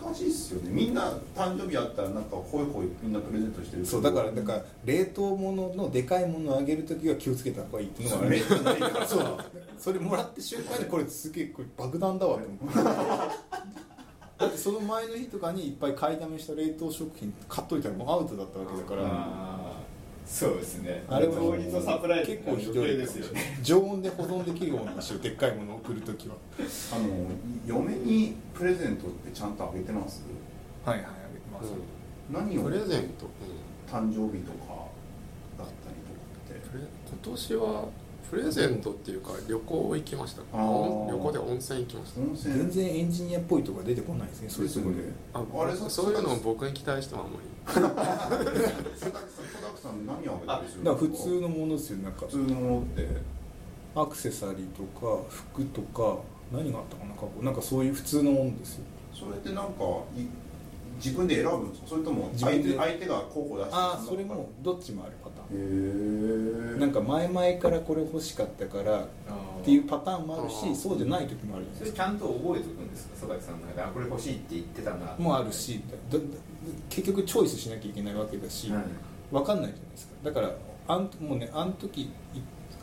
[SPEAKER 1] 難しいっすよねみんな誕生日あったらなんかホイホイみんなプレゼントしてるけど
[SPEAKER 3] そうだからなんか冷凍物のでかいものをあげる時は気をつけた方がいいっていうのがあるそうそれもらって瞬間にこれすげえこれ爆弾だわって思ってだってその前の日とかにいっぱい買いだめした冷凍食品買っといたらもうアウトだったわけだから
[SPEAKER 4] あーそうですね
[SPEAKER 3] あれは
[SPEAKER 4] 当日のサプライズ
[SPEAKER 3] 結構ひどいですよ
[SPEAKER 4] ね
[SPEAKER 3] ね常温で保存できるようなんですよでっかいものを送るときは
[SPEAKER 1] あの嫁にプレゼントってちゃんとあげてます
[SPEAKER 3] はいはいあげてま
[SPEAKER 1] 何を
[SPEAKER 2] プレ
[SPEAKER 1] 誕
[SPEAKER 2] ゼント、
[SPEAKER 1] 生日とかだったりとかって
[SPEAKER 2] プレ今年はプレゼントっていうか旅行行きました
[SPEAKER 1] あ
[SPEAKER 2] 旅
[SPEAKER 1] ー
[SPEAKER 2] 行で温泉行きました
[SPEAKER 1] 温泉
[SPEAKER 3] 全然エンジニアっぽいとか出てこないですねそれすごい
[SPEAKER 1] ですね
[SPEAKER 2] あ
[SPEAKER 1] あれそ
[SPEAKER 2] そういうのを僕に期待してはあんまり
[SPEAKER 1] 佐々木さん佐々木さん何あげたりする
[SPEAKER 3] だから普通のものですよなんか
[SPEAKER 1] 普通のものって
[SPEAKER 3] アクセサリーとか服とか何があったかな過去なんかそういう普通のものですよ
[SPEAKER 1] それってなんかい自分で選ぶんですかそれとも
[SPEAKER 3] 自
[SPEAKER 1] 相
[SPEAKER 3] 分で
[SPEAKER 1] 手相手が候補出して
[SPEAKER 3] ああそれもどっちもあるパタ
[SPEAKER 1] へ
[SPEAKER 3] ー
[SPEAKER 1] え
[SPEAKER 3] ンなんか前々からこれ欲しかったからっていうパターンもある
[SPEAKER 2] あー
[SPEAKER 3] しそうじゃない時もあるじゃない
[SPEAKER 4] そ
[SPEAKER 3] で
[SPEAKER 4] れ
[SPEAKER 3] す
[SPEAKER 4] ちゃんと覚えておくんですか佐々木さんの中であこれ欲しいって言ってたな
[SPEAKER 3] かもあるしだだ結局チョイスしなきゃいけないわけだし、
[SPEAKER 4] はい
[SPEAKER 3] 分かんないじゃないですかだからあんもうねあの時い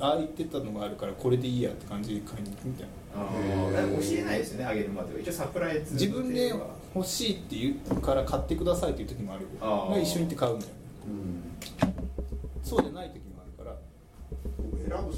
[SPEAKER 3] ああ言ってたのがあるからこれでいいやって感じで買いに行くみたいな
[SPEAKER 4] あーだから教えないですよねあげるまでは一応サプライズ
[SPEAKER 3] 自分で
[SPEAKER 4] は
[SPEAKER 3] 欲しいって言うから買ってくださいっていう時もあるけど
[SPEAKER 4] あー
[SPEAKER 3] まあ一緒に行って買うみたい
[SPEAKER 1] う
[SPEAKER 3] な
[SPEAKER 1] ん
[SPEAKER 3] そうじゃない時もあるから
[SPEAKER 1] 僕選ぶ才能が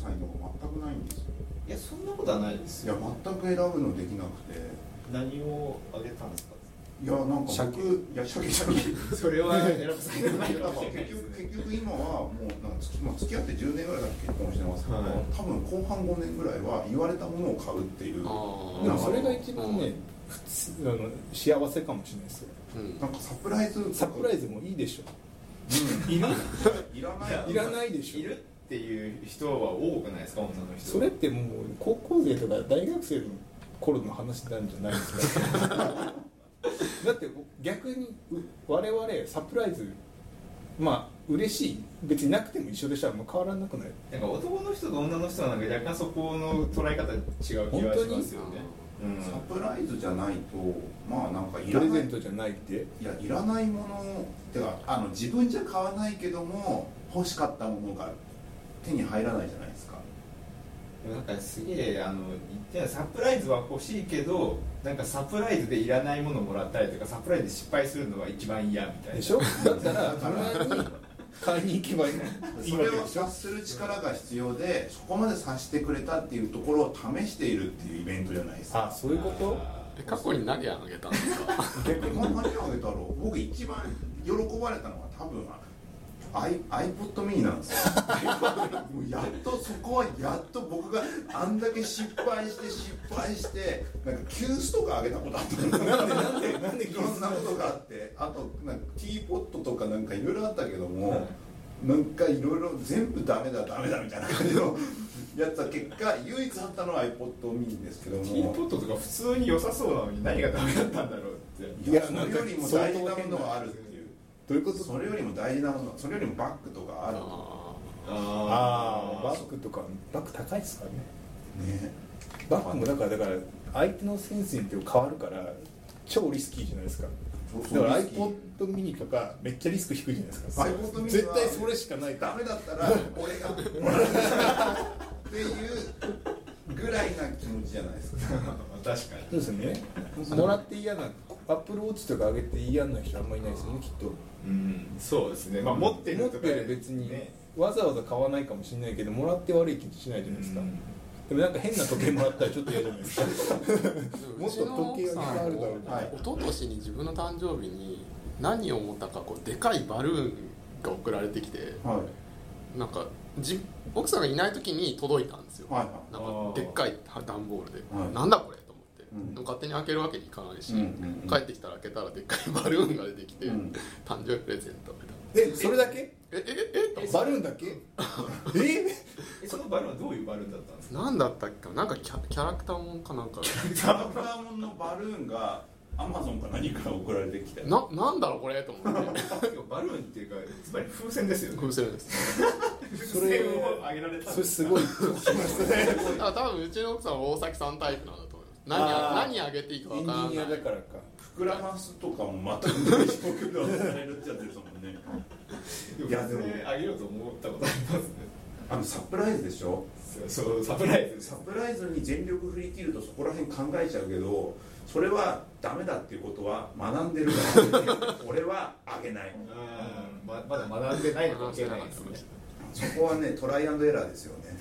[SPEAKER 1] 全くないんですよ
[SPEAKER 4] いやそんなことはないです
[SPEAKER 1] いや
[SPEAKER 4] よ
[SPEAKER 1] 全く選ぶのできなくて
[SPEAKER 4] 何をあげたんですか
[SPEAKER 1] いやなんか
[SPEAKER 3] 鮭
[SPEAKER 1] 僕いや鮭鮭
[SPEAKER 4] それは選ぶ才能ない
[SPEAKER 1] だ
[SPEAKER 4] か
[SPEAKER 1] か
[SPEAKER 4] も
[SPEAKER 1] ら
[SPEAKER 4] しれない
[SPEAKER 1] 結
[SPEAKER 4] です
[SPEAKER 1] 局
[SPEAKER 4] ね
[SPEAKER 1] 結局今はもうなんかつき、まあ、付き合って10年ぐらいだけ結婚してますけど、
[SPEAKER 4] はい
[SPEAKER 1] 多分後半5年ぐらいは言われたものを買うっていう
[SPEAKER 2] あー
[SPEAKER 3] でもそれが一番ね普通あの幸せかもしれないですよ
[SPEAKER 2] うん
[SPEAKER 1] なんかサプライズ
[SPEAKER 3] サプライ
[SPEAKER 1] ズ、
[SPEAKER 3] ズもいいでしょ
[SPEAKER 1] うん
[SPEAKER 3] いる
[SPEAKER 1] いらない
[SPEAKER 3] いらないでしょ
[SPEAKER 4] いるっていう人は多くないですか女の人
[SPEAKER 3] それってもう高校生とか大学生の頃の話なんじゃないですか だって逆にう我々サプライズまあ嬉しい別になくても一緒でしたらもう変わらなくない
[SPEAKER 4] なんか男の人と女の人はなんか若干そこの捉え方違う気がしますよねうん
[SPEAKER 1] サプライズじゃないとまあなんかい
[SPEAKER 3] プ
[SPEAKER 1] ら
[SPEAKER 3] レ
[SPEAKER 1] な
[SPEAKER 3] ゼ
[SPEAKER 1] い
[SPEAKER 3] ントじゃないって
[SPEAKER 1] いやいらないものてかあの自分じゃ買わないけども欲しかったものが手に入らないじゃないですか
[SPEAKER 4] なんかすげえあの言ってたサプライズは欲しいけどなんかサプライズでいらないものもらったりとかサプライズで失敗するのは一番嫌みたいな
[SPEAKER 3] でしょだったら自分に買いに行けばいい
[SPEAKER 1] それを察する力が必要でそこまで察してくれたっていうところを試しているっていうイベントじゃないですか
[SPEAKER 3] あそういうこと
[SPEAKER 4] あ
[SPEAKER 2] え過去に何あげたんですか
[SPEAKER 1] 逆に何あげたろう僕一番喜ばれたのは多分アイ iPod mini なんですよもうやっとそこはやっと僕があんだけ失敗して失敗してなんか急須とかあげたことあったの
[SPEAKER 3] なんでなんでなんで
[SPEAKER 1] いろんなことがあってあとなんかティーポットとかなんかいろいろあったけども、
[SPEAKER 4] は
[SPEAKER 1] なんかいろいろ全部ダメだダメだみたいな感じのやつは結果唯一あったのは iPod を見るんですけど
[SPEAKER 4] ーティーポ
[SPEAKER 1] も
[SPEAKER 4] ットとか普通に良さそうなのに何がダメだったんだろうって
[SPEAKER 1] いやそれよりも大事なものがあるっていう
[SPEAKER 3] どういうこと
[SPEAKER 1] それよりも大事なものそれよりもバッグとかある
[SPEAKER 2] あ
[SPEAKER 3] ああ
[SPEAKER 4] ー
[SPEAKER 3] バッグとかバッグ高いですからね
[SPEAKER 1] ね
[SPEAKER 3] バッグもだからだから相手のセンスによって変わるから超リスキーじゃないですかだから iPod ミニとかめっちゃリスク低いじゃないですか
[SPEAKER 1] iPod mini
[SPEAKER 3] 絶対それしかない
[SPEAKER 1] ダ
[SPEAKER 3] か
[SPEAKER 1] メだった ら俺がっていうぐらいな気持ちじゃないですか
[SPEAKER 4] 確かに
[SPEAKER 3] そうですよねもらって嫌なアップルウォッチとかあげて嫌な人あんまりいないですよねきっと
[SPEAKER 4] うんそうですねまあ持ってる
[SPEAKER 3] 持っ
[SPEAKER 4] とか
[SPEAKER 3] てる別に
[SPEAKER 4] ね
[SPEAKER 3] わざわざ買わないかもしれないけどもらって悪い気しないじゃないですか
[SPEAKER 4] うん
[SPEAKER 3] でもなんか変な時計もらったらちょっと嫌じゃないです か
[SPEAKER 2] ー
[SPEAKER 3] もっと時計はいっぱいあるだろう
[SPEAKER 2] うち
[SPEAKER 3] な
[SPEAKER 2] の奥さんも一昨年に自分の誕生日に何を思ったかこうでかいバルーンが送られてきて
[SPEAKER 1] はい
[SPEAKER 2] なんかじ奥さんがいない時に届いたんですよ
[SPEAKER 1] はい
[SPEAKER 2] なん
[SPEAKER 4] あ
[SPEAKER 2] か
[SPEAKER 4] ー
[SPEAKER 2] でっかい段ボールで、
[SPEAKER 1] はい
[SPEAKER 2] なんだこれと思って、
[SPEAKER 1] うん
[SPEAKER 2] でも勝手に開けるわけにいかないし、
[SPEAKER 1] うんうんうん
[SPEAKER 2] 帰ってきたら開けたらでっかいバルーンが出てきて、
[SPEAKER 1] うん
[SPEAKER 2] 誕生日プレゼントみたいな
[SPEAKER 3] えそれだけ
[SPEAKER 2] ええええ
[SPEAKER 3] バルーンだけえ
[SPEAKER 4] えそのバルーンはどういうバルーンだったんですか
[SPEAKER 2] なんだったっけかなんかキャキャラクターもんかなんか
[SPEAKER 1] サーバーモンのバルーンがアマゾンか何か送られてきて
[SPEAKER 2] ななんだろうこれと思って
[SPEAKER 4] バルーンっていうかつまり風船ですよね
[SPEAKER 2] 風船です
[SPEAKER 4] 風船をあげられたん
[SPEAKER 3] そ
[SPEAKER 4] で
[SPEAKER 3] れ
[SPEAKER 4] す
[SPEAKER 3] す
[SPEAKER 4] か
[SPEAKER 3] ごい
[SPEAKER 2] だから多分うちの奥さんは大崎さんタイプなんだと思う何
[SPEAKER 3] あー
[SPEAKER 2] あ何あげていいか
[SPEAKER 3] エ
[SPEAKER 2] わ
[SPEAKER 3] ン
[SPEAKER 2] か
[SPEAKER 3] ジニア
[SPEAKER 2] らな
[SPEAKER 3] だ
[SPEAKER 2] い
[SPEAKER 3] からか
[SPEAKER 1] 膨らますとかも全くない状況で渡されるってやつですもんね
[SPEAKER 4] い
[SPEAKER 1] い
[SPEAKER 4] や
[SPEAKER 1] や
[SPEAKER 4] で
[SPEAKER 1] で
[SPEAKER 4] も
[SPEAKER 1] も
[SPEAKER 4] 風船あげようと思ったことあります
[SPEAKER 1] あのサプライズでしょ
[SPEAKER 4] ねそうサプライズです
[SPEAKER 1] サプライズに全力振り切るとそこら辺考えちゃうけどそれはダメだっていうことは学んでるから俺はあげない
[SPEAKER 4] うんままだ学んでないのかもしれないですね
[SPEAKER 1] そこはねトライアンドエラーですよね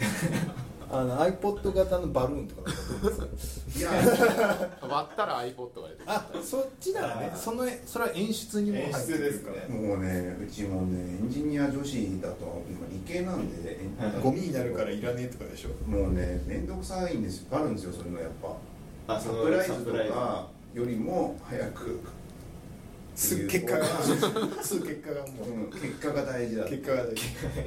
[SPEAKER 3] あの iPod 型のバルーンとかだと思うんですよ
[SPEAKER 1] いや
[SPEAKER 2] 割ったら iPod が出てくる
[SPEAKER 3] あそっちならね
[SPEAKER 4] あー
[SPEAKER 3] そのそれは演出にも入っ
[SPEAKER 4] 演
[SPEAKER 3] て
[SPEAKER 4] 出
[SPEAKER 3] くる
[SPEAKER 4] ですかね
[SPEAKER 1] もうねうちもねエンジニア女子だと今理系なんで
[SPEAKER 4] はい
[SPEAKER 3] ゴミになるからいらねえとかでしょ
[SPEAKER 1] もうね面倒くさいんですよあるんですよそういうのやっぱ
[SPEAKER 4] あ
[SPEAKER 1] サ
[SPEAKER 4] そ
[SPEAKER 1] プラ
[SPEAKER 4] の
[SPEAKER 1] イズ
[SPEAKER 4] サ
[SPEAKER 1] と
[SPEAKER 4] プライズ
[SPEAKER 1] かよりも早く、
[SPEAKER 3] すぐ結果がすぐ結果がも
[SPEAKER 1] うん、結果が大事だ
[SPEAKER 3] う結果が大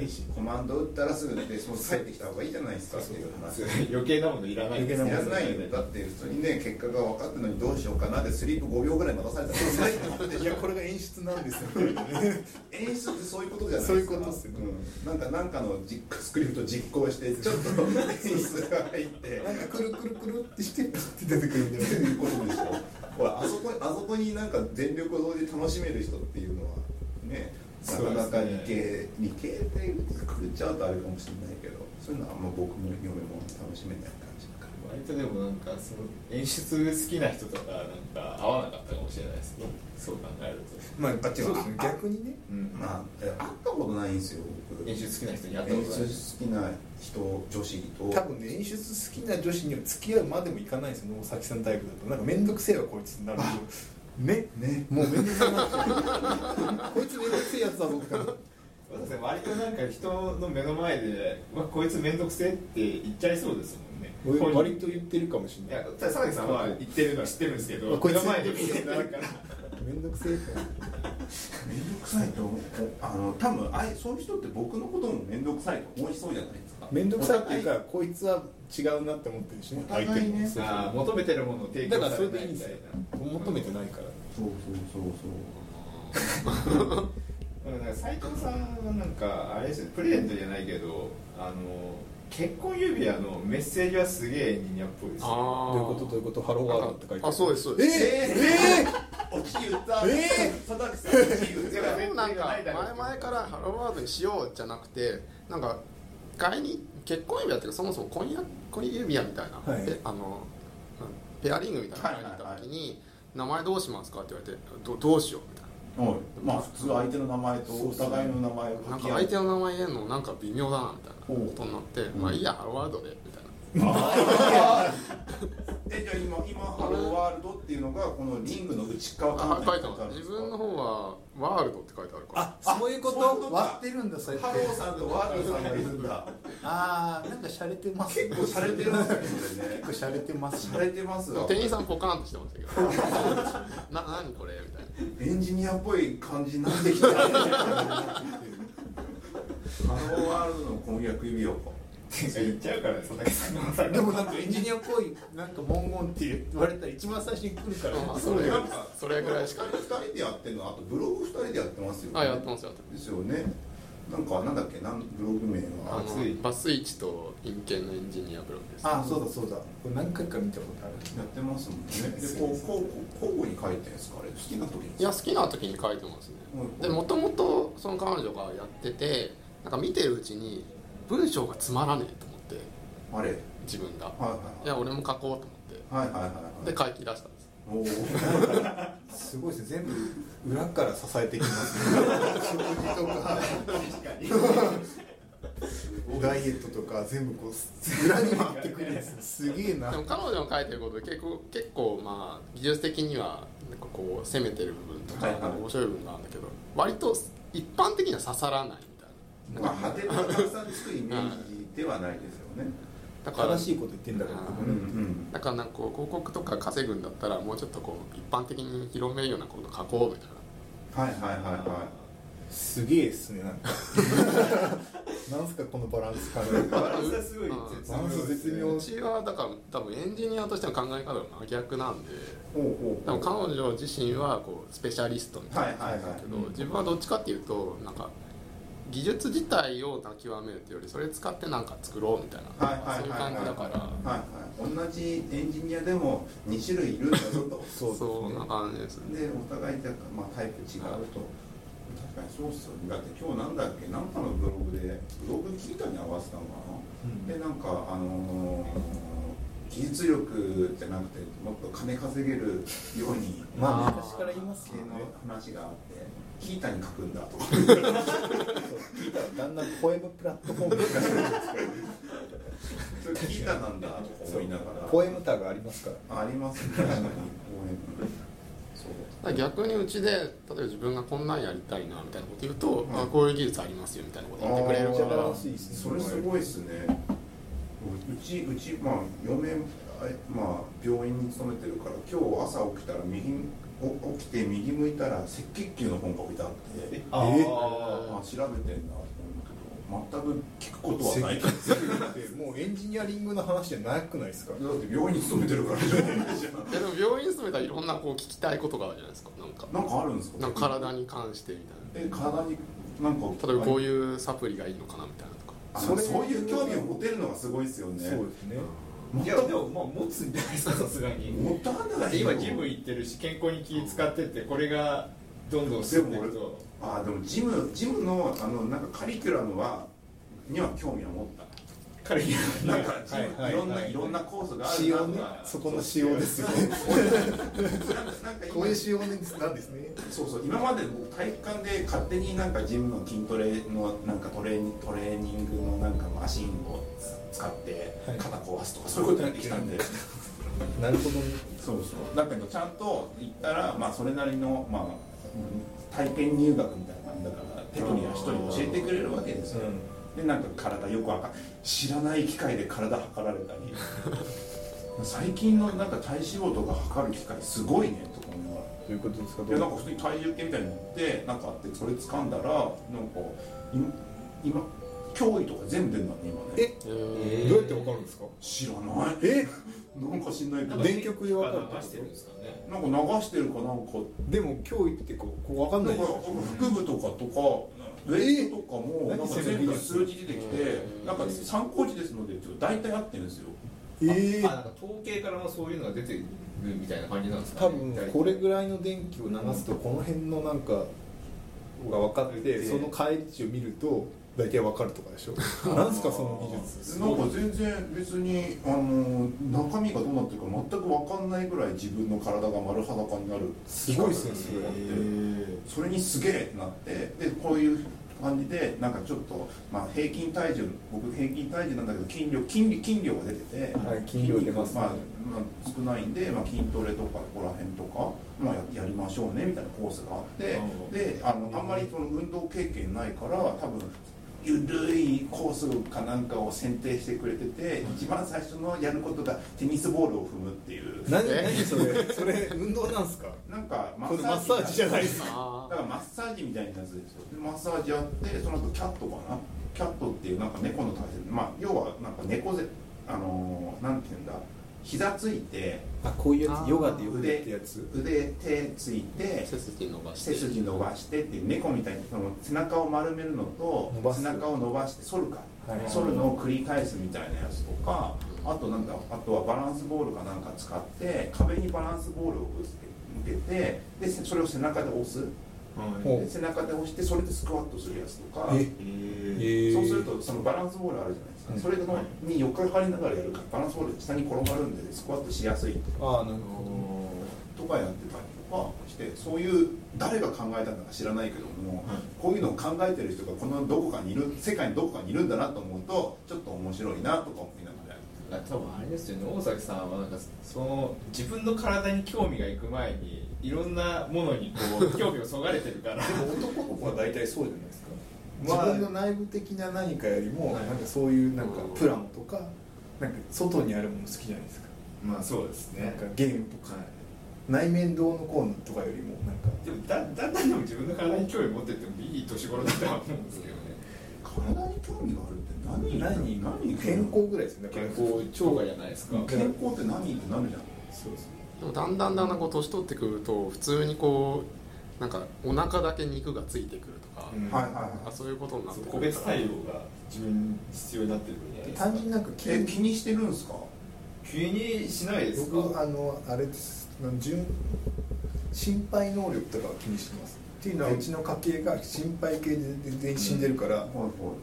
[SPEAKER 3] 事
[SPEAKER 1] コマンド打ったらすぐでその帰ってきた方がいいじゃないですかっていう話
[SPEAKER 4] 余計なものいらない
[SPEAKER 3] 余計
[SPEAKER 1] いらないよだって普通にね結果が分かってるのにどうしようかなってスリープ5秒ぐらい待たされたら最後までで
[SPEAKER 3] い
[SPEAKER 1] しょ
[SPEAKER 3] やこれが演出なんですよみたいなね
[SPEAKER 1] 演出ってそういうことじゃないですか
[SPEAKER 3] そういうことっすよね
[SPEAKER 1] うんなんかなんかの実スクリプト実行してちょっと演出が入って
[SPEAKER 3] なんかくるくるくるってしてパッて出てくるみたいな
[SPEAKER 1] っていうことでしょほらあそこあそこになんか全力を同時に楽しめる人っていうのはねなかなか理系、理系ってくっちゃうとあれかもしれないけどそういうのはあんま僕も嫁も楽しめない感じだか
[SPEAKER 4] 割とでもなんかその演出好きな人とかなんか合わなかったかもしれないですねそう考えると、
[SPEAKER 3] まあ
[SPEAKER 1] あ違う
[SPEAKER 3] そうですね逆にね
[SPEAKER 4] うん
[SPEAKER 1] らまあえ会ったことないんですよ僕
[SPEAKER 4] 演
[SPEAKER 1] 演出
[SPEAKER 4] 出好きな人に会ったことない
[SPEAKER 1] 好きな人女子と
[SPEAKER 3] 多分ね演出好きな女子には付き合うまでもいかないんですよ大崎さんタイプだとなんか面倒くせえわこいつになるとね
[SPEAKER 1] ね
[SPEAKER 3] もう面倒く せえなこいつ面倒くせえやつだぞとか
[SPEAKER 4] 私割となんか人の目の前で「うわこいつ面倒くせえ」って言っちゃいそうですもんね
[SPEAKER 3] 俺
[SPEAKER 4] 本人
[SPEAKER 3] 割と言ってるかもし
[SPEAKER 4] い
[SPEAKER 3] れな
[SPEAKER 4] や
[SPEAKER 3] い
[SPEAKER 4] 佐々木さんは言ってるのは知ってるんですけど
[SPEAKER 3] こ
[SPEAKER 4] 目
[SPEAKER 3] いつ
[SPEAKER 4] の前で見てなるから
[SPEAKER 3] 面倒くせえって
[SPEAKER 1] 面倒くさいと思うあの多分あいそういう人って僕のことも面倒くさいと思いそうじゃないですか
[SPEAKER 3] 面倒くさいっていうかこいつは違うなって思ってるしね
[SPEAKER 1] お互いね
[SPEAKER 3] 相手も
[SPEAKER 4] あー求めてるものを提
[SPEAKER 3] だ
[SPEAKER 4] 供
[SPEAKER 3] から
[SPEAKER 4] さ
[SPEAKER 3] それ
[SPEAKER 4] れな
[SPEAKER 3] でい
[SPEAKER 4] い
[SPEAKER 3] いん
[SPEAKER 4] み
[SPEAKER 3] で
[SPEAKER 4] た
[SPEAKER 3] す
[SPEAKER 4] い
[SPEAKER 3] よ
[SPEAKER 4] な
[SPEAKER 3] 求めてないから
[SPEAKER 1] そうそうそうそう
[SPEAKER 4] うんなんか斉藤さんはなんかあれですよねプレゼントじゃないけどあの結婚指輪のメッセージはすげえエンジニアっぽいですよ
[SPEAKER 2] あ
[SPEAKER 3] ど
[SPEAKER 2] あ
[SPEAKER 3] ういうことどういうことハローワールドって書いて
[SPEAKER 2] あそうですそう
[SPEAKER 3] え
[SPEAKER 2] です
[SPEAKER 3] ええ
[SPEAKER 1] おち言った。
[SPEAKER 3] え
[SPEAKER 1] 佐々木さん、おち言っ
[SPEAKER 4] いや
[SPEAKER 1] た。
[SPEAKER 4] 全然
[SPEAKER 2] なんか
[SPEAKER 4] ないだ
[SPEAKER 2] 前
[SPEAKER 4] ろう
[SPEAKER 2] 々からハローワードにしようじゃなくてなんか外に結婚指輪っていうかそもそも婚約婚指輪みたいな、
[SPEAKER 3] はい
[SPEAKER 2] であのうんペアリングみたいなのにった時に、名前どうしますか?」って言われて「どどうしよう」みたい
[SPEAKER 1] はい。まあ普通相手の名前とお互いの名前を
[SPEAKER 2] ななん
[SPEAKER 1] 書
[SPEAKER 2] か
[SPEAKER 1] き合う。
[SPEAKER 2] 相手の名前言えるのなんか微妙だなみたいな
[SPEAKER 1] おう
[SPEAKER 2] ことになって「
[SPEAKER 1] ん
[SPEAKER 2] まあいいやハローワードで」みたいな
[SPEAKER 1] えじゃあ今今ハローワールドっていうのがこのリングの内側
[SPEAKER 2] あ書いて
[SPEAKER 1] あ
[SPEAKER 2] ます
[SPEAKER 1] るんで
[SPEAKER 2] 自
[SPEAKER 1] すか
[SPEAKER 2] 分の方は「ワールド」って書いてあるから
[SPEAKER 3] あそういうこ
[SPEAKER 1] そういうことか
[SPEAKER 3] と割ってるんだそれって
[SPEAKER 1] ハローさんとワールドさんがいるんだ。
[SPEAKER 3] ああなんか洒落てます
[SPEAKER 1] 結構洒落てるんですよね。
[SPEAKER 3] 結構洒落てます
[SPEAKER 1] 洒落てます
[SPEAKER 2] でも
[SPEAKER 1] わ。
[SPEAKER 2] 店員さんポカーンとしてましたけど 「な何これ?」みたいな
[SPEAKER 1] エンジニアっぽい感じになってきた。 ハローワールドの婚約指輪か。
[SPEAKER 4] って言っちゃうから佐々木さんがさ
[SPEAKER 3] でもなんかエンジニアっぽいなんか文言って言われたら一番最初に来るから
[SPEAKER 2] まあそれ
[SPEAKER 3] よ
[SPEAKER 2] それぐらいしか
[SPEAKER 1] 二人でやってるのあとブログ二人でやってますよ、ね。
[SPEAKER 2] あやってますよ
[SPEAKER 1] ですよねなんかなんだっけなんブログ名
[SPEAKER 2] あ
[SPEAKER 1] は
[SPEAKER 4] 熱い
[SPEAKER 2] のバスイチと陰険のエンジニアブログです
[SPEAKER 3] あそうだそうだこれ何回か見たことある
[SPEAKER 1] やってますもんねでこうこうこう交互に書いてるんですかあれ好きな時に
[SPEAKER 2] いや好きな時に書いてますね
[SPEAKER 1] うん
[SPEAKER 2] でもともとその彼女がやっててなんか見てるうちに文章がつまらねえと思って
[SPEAKER 1] あれはい
[SPEAKER 2] 自分がい
[SPEAKER 1] はい
[SPEAKER 2] や俺も書こうと思っ
[SPEAKER 1] はいはいはいはい
[SPEAKER 2] てで書き出したんです
[SPEAKER 1] おー
[SPEAKER 3] すごいですね全部裏から支えてきます ね食事とかダイエットとか全部こう裏に回ってくるんですねすげえな
[SPEAKER 2] でも彼女の書いてることで結構結構まあ技術的にはなんかこう攻めてる部分とか
[SPEAKER 1] はいはい
[SPEAKER 2] 面白い部分があるんだけど割と一般的には刺さらないみたい
[SPEAKER 1] まあ果てがたくさんつくイメージではないですよね
[SPEAKER 2] なだから
[SPEAKER 3] 正しいこと言ってんだから
[SPEAKER 1] うんうん
[SPEAKER 2] だからなんかこう広告とか稼ぐんだったらもうちょっとこう一般的に広めるようなこと書こうみたいな
[SPEAKER 1] はいはいはいは
[SPEAKER 3] すげえっ すねなんかなんすかこのバランス感
[SPEAKER 4] バランスがすごい
[SPEAKER 2] うん
[SPEAKER 3] バランス絶絶妙
[SPEAKER 2] うちはだから多分エンジニアとしての考え方が真逆なんで
[SPEAKER 1] ほうほう
[SPEAKER 2] 多
[SPEAKER 1] ほ
[SPEAKER 2] 分
[SPEAKER 1] う
[SPEAKER 2] 彼女自身はこうスペシャリストみたいな
[SPEAKER 1] はいはいはい
[SPEAKER 2] だけど、自分はどっちかっていうとなんか技術自体を泣きわめるっていうよりそれ使ってなんか作ろうみたいな、
[SPEAKER 1] はいはい
[SPEAKER 2] そういう
[SPEAKER 1] はいはい
[SPEAKER 2] 感じだから。
[SPEAKER 1] はいはい同じエンジニアでも2種類いるんだぞと
[SPEAKER 3] そうですね
[SPEAKER 2] そんな感じですね
[SPEAKER 1] でお互いだからまあ、タイプ違うと、確かにそうっすよねだって今日なんだっけなんかのブログでブログ聞いたに合わせたのかな、でなんかあのー技術力じゃなくてもっと金稼げるように
[SPEAKER 3] まあ
[SPEAKER 2] あー
[SPEAKER 3] 昔から言いますけ
[SPEAKER 1] 系
[SPEAKER 3] どね
[SPEAKER 1] の話があってキータに書くんだとか
[SPEAKER 3] そう聞いたらだんだんポエムプラットフォームが
[SPEAKER 1] それキータなんだとか思いながら
[SPEAKER 3] ポエムタグありますから
[SPEAKER 1] ありますね確かにポエムそう
[SPEAKER 2] だから逆にうちで例えば自分がこんなんやりたいなみたいなこと言うと、
[SPEAKER 1] うん
[SPEAKER 2] あこういう技術ありますよみたいなこと言ってくれる
[SPEAKER 1] あー
[SPEAKER 3] めっちゃ
[SPEAKER 2] か
[SPEAKER 3] バラ
[SPEAKER 2] ら
[SPEAKER 3] ンスいいですね
[SPEAKER 1] それすごいですねううちうちまあ嫁あまあ病院に勤めてるから今日朝起きたら右お起きて右向いたら赤血球の本が置いてあって
[SPEAKER 4] あ
[SPEAKER 3] え
[SPEAKER 1] あ
[SPEAKER 4] ー
[SPEAKER 1] 調べてんなと思うけど全く聞くことはないだ
[SPEAKER 3] 設
[SPEAKER 1] っ
[SPEAKER 3] 計ってもうエンジニアリングの話じゃなくないですか
[SPEAKER 1] て病院に勤めてるからじゃないじゃん
[SPEAKER 2] いやでも病院に勤めたらいろんなこう聞きたいことがあるじゃないですかなんか
[SPEAKER 1] なんかあるんですか
[SPEAKER 2] なんか体に関してみたいな
[SPEAKER 1] え体になんか
[SPEAKER 2] 例えばこういうサプリがいいのかなみたいなとか
[SPEAKER 1] あそういう興味を持てるのがすごいですよね
[SPEAKER 3] そうですね
[SPEAKER 4] いやでもまあ持つんじゃないですかさすがに
[SPEAKER 1] 持た
[SPEAKER 4] だっ
[SPEAKER 1] な
[SPEAKER 4] て
[SPEAKER 1] いよ
[SPEAKER 4] 今ジム行ってるし健康に気使ってってこれがどんどん進んでいく
[SPEAKER 1] でも
[SPEAKER 4] と
[SPEAKER 1] あーでもジムジムのあのなんかカリキュラムはには興味を持っ
[SPEAKER 4] 彼に
[SPEAKER 1] たなんかジム、
[SPEAKER 3] はいはい
[SPEAKER 1] いろんな、
[SPEAKER 3] はい
[SPEAKER 1] い、ろんなコースがあ
[SPEAKER 3] 仕
[SPEAKER 1] るな
[SPEAKER 3] 様
[SPEAKER 1] と
[SPEAKER 3] ね
[SPEAKER 1] か
[SPEAKER 3] そこの仕様 ですよね
[SPEAKER 1] なんかなんか今
[SPEAKER 3] 仕様なんですね
[SPEAKER 1] そうそう今まで僕体育館で勝手になんかジムの筋トレのなんかトレーニトレーニングのなんかマシンを使って
[SPEAKER 3] はい
[SPEAKER 1] 肩壊すとかそういうことやってきたんで、
[SPEAKER 3] なるほどね
[SPEAKER 1] そうそうだけどちゃんと行ったら、まあ、それなりの、まあうん、体験入学みたいな感じだからテクニックは一人教えてくれるわけですよ、でなんか体よくわか知らない機械で体測られたり 最近のなんか体脂肪とか測る機械すごいねとか思いながら
[SPEAKER 3] ということですか
[SPEAKER 1] いやなんか普通に体重計みたいに乗ってなんかあってそれ掴んだらなんか今今脅威とか全部出るんだね今ね
[SPEAKER 3] え
[SPEAKER 2] え
[SPEAKER 4] え
[SPEAKER 2] ー
[SPEAKER 3] どうやってわかるんですか
[SPEAKER 1] 知らない
[SPEAKER 3] え
[SPEAKER 1] なんか知んないけど
[SPEAKER 3] 電極でわかる
[SPEAKER 4] 流してるんですかね
[SPEAKER 1] なんか流してるかなんか
[SPEAKER 3] でも今日行ってこうこうわかん
[SPEAKER 1] な
[SPEAKER 3] ない
[SPEAKER 1] ん
[SPEAKER 3] で
[SPEAKER 1] か
[SPEAKER 3] すよ
[SPEAKER 1] 腹部とかとかウェイトとかも
[SPEAKER 3] え
[SPEAKER 1] なんか全部数字出てきてなんか参考値ですのでちょっと大体合ってるんですよ
[SPEAKER 3] え
[SPEAKER 4] あなんか統計からもそういうのが出てるみたいな感じなんです
[SPEAKER 3] ー、
[SPEAKER 4] か
[SPEAKER 3] 多
[SPEAKER 4] ね
[SPEAKER 3] 分これぐらいの電気を流すとこの辺のなんかが分かってその返り値を見ると大体わかるとかでしょなんすかその技術
[SPEAKER 1] なんか全然別にあの中身がどうなってるか全く分かんないぐらい自分の体が丸裸になる
[SPEAKER 3] すごいっすね
[SPEAKER 1] 機
[SPEAKER 3] そ
[SPEAKER 1] 械
[SPEAKER 3] れ
[SPEAKER 1] だな
[SPEAKER 3] は
[SPEAKER 1] と思ってそれにすげえってなってでこういう感じでなんかちょっと、まあ、平均体重僕平均体重なんだけど筋量筋力筋量が出てて、
[SPEAKER 3] はい筋量出ますね
[SPEAKER 1] まあまあ、少ないんで、まあ、筋トレとかここら辺とか、まあ、ややりましょうねみたいなコースがあってであのあんまりその運動経験ないから多分ゆるいコースかなんかを選定してくれてて一番最初のやることがテニスボールを踏むっていう
[SPEAKER 3] 何何それそれ運動なんすか
[SPEAKER 1] なんかマ
[SPEAKER 3] これマッサージじゃないですか
[SPEAKER 2] あ
[SPEAKER 1] だからマッサージみたいなやつですよでマッサージやってその後キャットかなキャットっていうなんか猫の体勢まあ要はなんか猫背あのーなんていうんだ膝ついて
[SPEAKER 3] あこういうや
[SPEAKER 2] あ
[SPEAKER 3] つ
[SPEAKER 2] ー
[SPEAKER 3] ヨガでよくやってるやつ
[SPEAKER 1] 腕手ついて
[SPEAKER 2] ー背筋伸ばして
[SPEAKER 1] 背筋伸ばしてっていう猫みたいにその背中を丸めるのと
[SPEAKER 3] 伸ばす
[SPEAKER 1] 背中を伸ばして反るか
[SPEAKER 3] はい
[SPEAKER 1] 反るのを繰り返すみたいなやつとかあとなんかあとはバランスボールかなんか使って壁にバランスボールをぶつけ向けてでそれを背中で押す
[SPEAKER 3] ほ
[SPEAKER 1] で背中で押してそれでスクワットするやつとか
[SPEAKER 3] え
[SPEAKER 4] え
[SPEAKER 3] え
[SPEAKER 1] そうするとそのバランスボールあるじゃないですか、
[SPEAKER 3] うん
[SPEAKER 1] それのに横に張りながらやるからバランスボール下に転がるんでスクワットしやすい
[SPEAKER 3] ああなるほ
[SPEAKER 4] ー
[SPEAKER 1] とかやってたりとかしてそういう誰が考えたのか知らないけども、こういうのを考えてる人がこのどこかにいる世界のどこかにいるんだなと思うとちょっと面白いなとか思いながら。
[SPEAKER 4] あ多分あれですよね大崎さんはなんかその自分の体に興味がいく前にいろんなものにこう興味をそがれてる から
[SPEAKER 3] ど男の子は大体そうじゃないですか
[SPEAKER 4] まあ
[SPEAKER 3] 自分の内部的な何かよりも、
[SPEAKER 4] はい
[SPEAKER 3] なんかそういうなんかプラモとかなんか外にあるもの好きじゃないですか、
[SPEAKER 4] まあそうです
[SPEAKER 3] なん
[SPEAKER 4] ね
[SPEAKER 3] かゲームとか内面堂のコーナーとかよりもなんか
[SPEAKER 4] でもだだんだんでも自分の体に興味持ってってもいい年頃だとは思うんですけどね
[SPEAKER 1] 体体に興味があるって何
[SPEAKER 3] 何
[SPEAKER 1] 何に
[SPEAKER 3] 健康ぐらいですよね
[SPEAKER 4] 健康障害じゃないですか
[SPEAKER 1] 健康って何ってなるじゃん
[SPEAKER 3] そうです
[SPEAKER 2] でもだんだんだんだんこう年取ってくると普通にこうなんかお腹だけ肉がついてくるとか、
[SPEAKER 4] うん
[SPEAKER 1] はいはいはい
[SPEAKER 2] あそういうことになってくる
[SPEAKER 4] 個別対応が自分に必要になってるんじゃないですか
[SPEAKER 3] 単純になんか
[SPEAKER 1] え気にしてるんですか
[SPEAKER 4] 急にしないですか
[SPEAKER 3] 僕あのあれです純心配能力とかは気にしてますっていうのはうちの家系が心配系で全員死んでるから、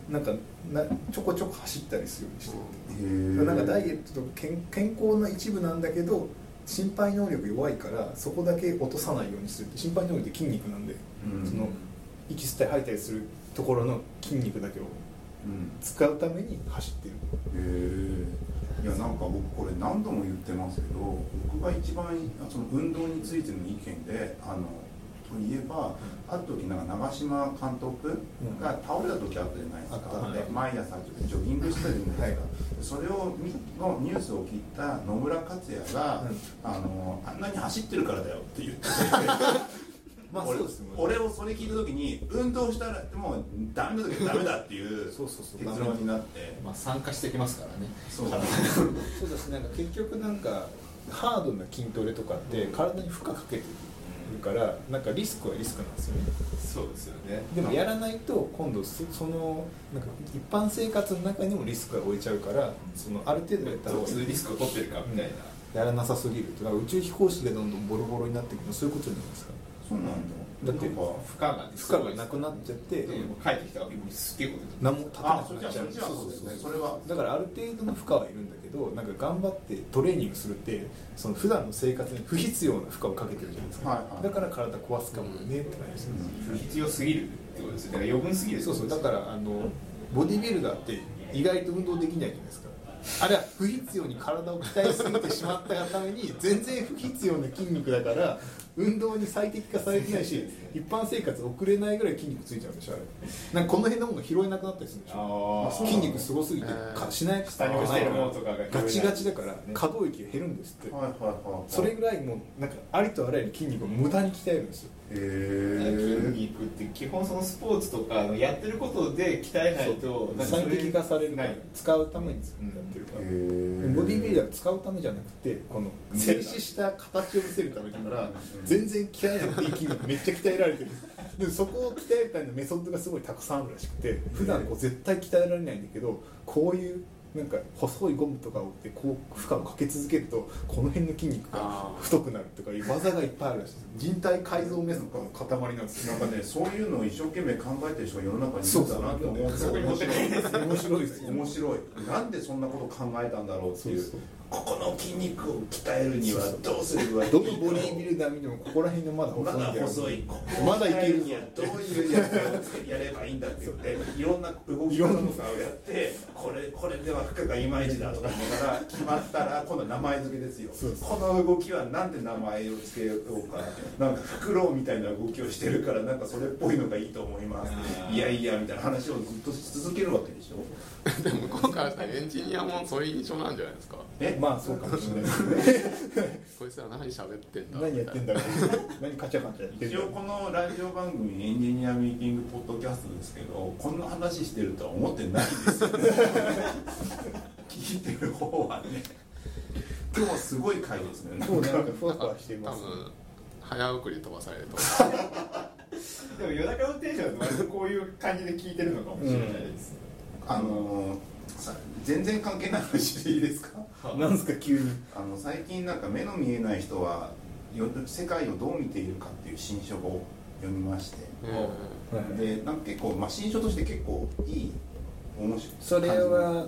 [SPEAKER 3] なんかなちょこちょこ走ったりするようにしてる
[SPEAKER 1] へ
[SPEAKER 3] なんかダイエットと健健康の一部なんだけど心配能力弱いからそこだけ落とさないようにする心配能力って筋肉なんで、
[SPEAKER 1] うん
[SPEAKER 3] その息吸ったり吐いたりするところの筋肉だけを
[SPEAKER 1] うん
[SPEAKER 3] 使うために走ってる
[SPEAKER 1] へえいやなんか僕これ何度も言ってますけど僕が一番あその運動についての意見であのと言えばある時なんか長嶋監督が倒れた時あったじゃないですか、
[SPEAKER 3] あった
[SPEAKER 1] で毎朝ジョギングしてたじゃないですか、それをみのニュースを聞いた野村克也が、
[SPEAKER 3] うん
[SPEAKER 1] あのあんなに走ってるからだよって言って
[SPEAKER 3] まあ
[SPEAKER 1] 俺
[SPEAKER 3] そうですね
[SPEAKER 1] 俺をそれ聞いた時に運動したらもうダメな時はダメだっていう
[SPEAKER 3] そうそうそう
[SPEAKER 1] 結論になって
[SPEAKER 4] まあ、参加してきますからね
[SPEAKER 1] そう
[SPEAKER 3] そうだしなんか結局なんかハードな筋トレとかって体に負荷かけてるからなんかリスクはリスクなんですよね
[SPEAKER 4] そうですよね
[SPEAKER 3] でもやらないと今度そそのなんか一般生活の中にもリスクが置いちゃうからそのある程度やった方
[SPEAKER 4] どっ
[SPEAKER 3] が
[SPEAKER 4] ち
[SPEAKER 3] い
[SPEAKER 4] の
[SPEAKER 3] い
[SPEAKER 4] リスクを取ってるかみたいな、
[SPEAKER 3] やらなさすぎるとだから宇宙飛行士でどんどんボロボロになっていくのそういうことじゃないですか
[SPEAKER 1] そうなんだ。
[SPEAKER 3] だって
[SPEAKER 1] なんか
[SPEAKER 4] 負荷が
[SPEAKER 3] 負荷がなくなっちゃって、
[SPEAKER 4] でも帰ってきたらもうすっげえこと
[SPEAKER 3] 何も立たな
[SPEAKER 1] あ、そ
[SPEAKER 3] く
[SPEAKER 1] れじ
[SPEAKER 3] な
[SPEAKER 1] ゃ
[SPEAKER 3] っ
[SPEAKER 1] あそれ
[SPEAKER 3] ちゃう
[SPEAKER 1] じゃあそうですね。それは
[SPEAKER 3] だからある程度の負荷はいるんだけどなんか頑張ってトレーニングするってその普段の生活に不必要な負荷をかけてるじゃないですか、
[SPEAKER 1] はいはい
[SPEAKER 3] だから体壊すかもねって感じですよね、
[SPEAKER 4] 不必要すぎるってことですよだから余分すぎる
[SPEAKER 3] そうそうだからあのボディビルダーって意外と運動できないじゃないですかあれは不必要に体を鍛えすぎてしまったがため に全然不必要な筋肉だから運動に最適化されてないし一般生活送れないぐらい筋肉ついちゃうんでしょあれなんかこの辺のものが拾えなくなったりするんでしょ
[SPEAKER 4] あー
[SPEAKER 3] 筋肉すごすぎて
[SPEAKER 2] えー
[SPEAKER 3] かしなや
[SPEAKER 4] 下に落ちてるものとかが
[SPEAKER 3] ガチガチだから可動域が減るんですって
[SPEAKER 1] はいはいはい。
[SPEAKER 3] それ
[SPEAKER 1] へ
[SPEAKER 3] ぐらいもうなんかありとあらゆる筋肉を無駄に鍛えるんですよ
[SPEAKER 4] 筋
[SPEAKER 1] え。
[SPEAKER 4] 肉って基本そのスポーツとかあのやってることで鍛えないとなんか
[SPEAKER 3] 最
[SPEAKER 4] それ
[SPEAKER 3] 適化されるか
[SPEAKER 4] な
[SPEAKER 3] ら
[SPEAKER 4] い
[SPEAKER 3] 使うためにやってるから、ボディビルダーを使うためじゃなくてこの静止した形を見せるためだから全然鍛えなくていい筋肉めっちゃ鍛えられてるでもそこを鍛えるためのメソッドがすごいたくさんあるらしくて普段こう絶対鍛えられないんだけどこういうなんか細いゴムとかをでこう負荷をかけ続けるとこの辺の筋肉が
[SPEAKER 2] あー
[SPEAKER 3] 太くなるとかいう技がいっぱいあるらしいです人体改造メソッドの塊なんですよ
[SPEAKER 1] なんかね、そういうのを一生懸命考えてる人が世の中にいるんだなと思う
[SPEAKER 4] そこに持ってないです
[SPEAKER 3] 面白いですよ
[SPEAKER 1] 面白い。なんでそんなこと考えたんだろうっていう。
[SPEAKER 3] そうそう
[SPEAKER 1] ここの筋肉を鍛えるにはどうすればいい
[SPEAKER 3] どのボディビルダー見てもここら辺のまだ
[SPEAKER 1] ま
[SPEAKER 3] 細いん
[SPEAKER 1] だ
[SPEAKER 3] だよ
[SPEAKER 1] 細い。ここを
[SPEAKER 3] まだい
[SPEAKER 1] 鍛
[SPEAKER 3] け
[SPEAKER 1] え
[SPEAKER 3] る
[SPEAKER 1] るにはどういうやつをやればいいんだって言って、いろんな動き方とかをやって、これこれでは負荷がいまいちだとか思いながら決まったら今度名前付けですよ。
[SPEAKER 3] そうそ
[SPEAKER 1] この動きはなんで名前を付けようか。なんかフクロウみたいな動きをしてるからなんかそれっぽいのがいいと思います
[SPEAKER 4] あ。ー
[SPEAKER 1] いやいやみたいな話をずっとし続けるわけでしょ。
[SPEAKER 2] でも向こうからしたらエンジニアもそういう印象なんじゃないですか
[SPEAKER 1] え、
[SPEAKER 3] まあそうかもしれないですね
[SPEAKER 2] こいつら何喋ってんだ
[SPEAKER 3] 何やってんだろう何カチャカチャやってん
[SPEAKER 1] 一
[SPEAKER 3] だろ
[SPEAKER 1] 応このラジオ番組エンジニアミーティングポッドキャストですけどこんな話してるとは思ってないですよ聞いてる方はね今日はすごい回ですねなん
[SPEAKER 3] う
[SPEAKER 1] か
[SPEAKER 3] 今日なんかふわふわしてい
[SPEAKER 2] 多
[SPEAKER 3] ます
[SPEAKER 2] 分早送り飛ばされると
[SPEAKER 4] でも夜中のテンションだと割とこういう感じで聞いてるのかもしれないですね、
[SPEAKER 1] あのーさ全然関係ない話でいいですか
[SPEAKER 3] なんですか急に
[SPEAKER 1] あの最近なんか目の見えない人はよ世界をどう見ているかっていう新書を読みまして
[SPEAKER 2] うん
[SPEAKER 1] でなんか結構、まあ、新書として結構いい面白い
[SPEAKER 3] それは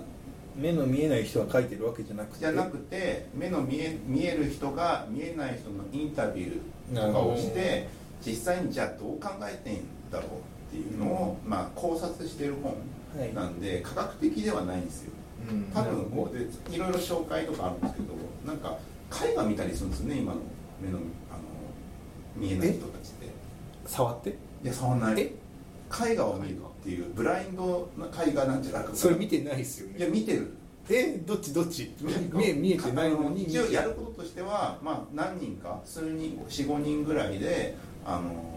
[SPEAKER 3] 目の見えない人が書いてるわけじゃなくて
[SPEAKER 1] じゃなくて目の見え見える人が見えない人のインタビューとかをして実際にじゃあどう考えてんだろうっていうのを、まあ、考察してる
[SPEAKER 3] はい
[SPEAKER 1] 本なんで、科学的ではないんですよ
[SPEAKER 4] うん
[SPEAKER 1] 多分こうでいろいろ紹介とかあるんですけどなんか絵画見たりするんですよね今の目のあの見えない人たちって
[SPEAKER 3] 触って
[SPEAKER 1] いやそんなに
[SPEAKER 3] え
[SPEAKER 1] 絵画を見るっていうブラインドな絵画なんじゃなくて
[SPEAKER 3] それ見てないですよ
[SPEAKER 1] いや
[SPEAKER 3] ね
[SPEAKER 1] 見てる
[SPEAKER 3] えどっちどっち目見えてないのに
[SPEAKER 1] 一応やることとしては、まあ、何人か数人45人ぐらいで、あのー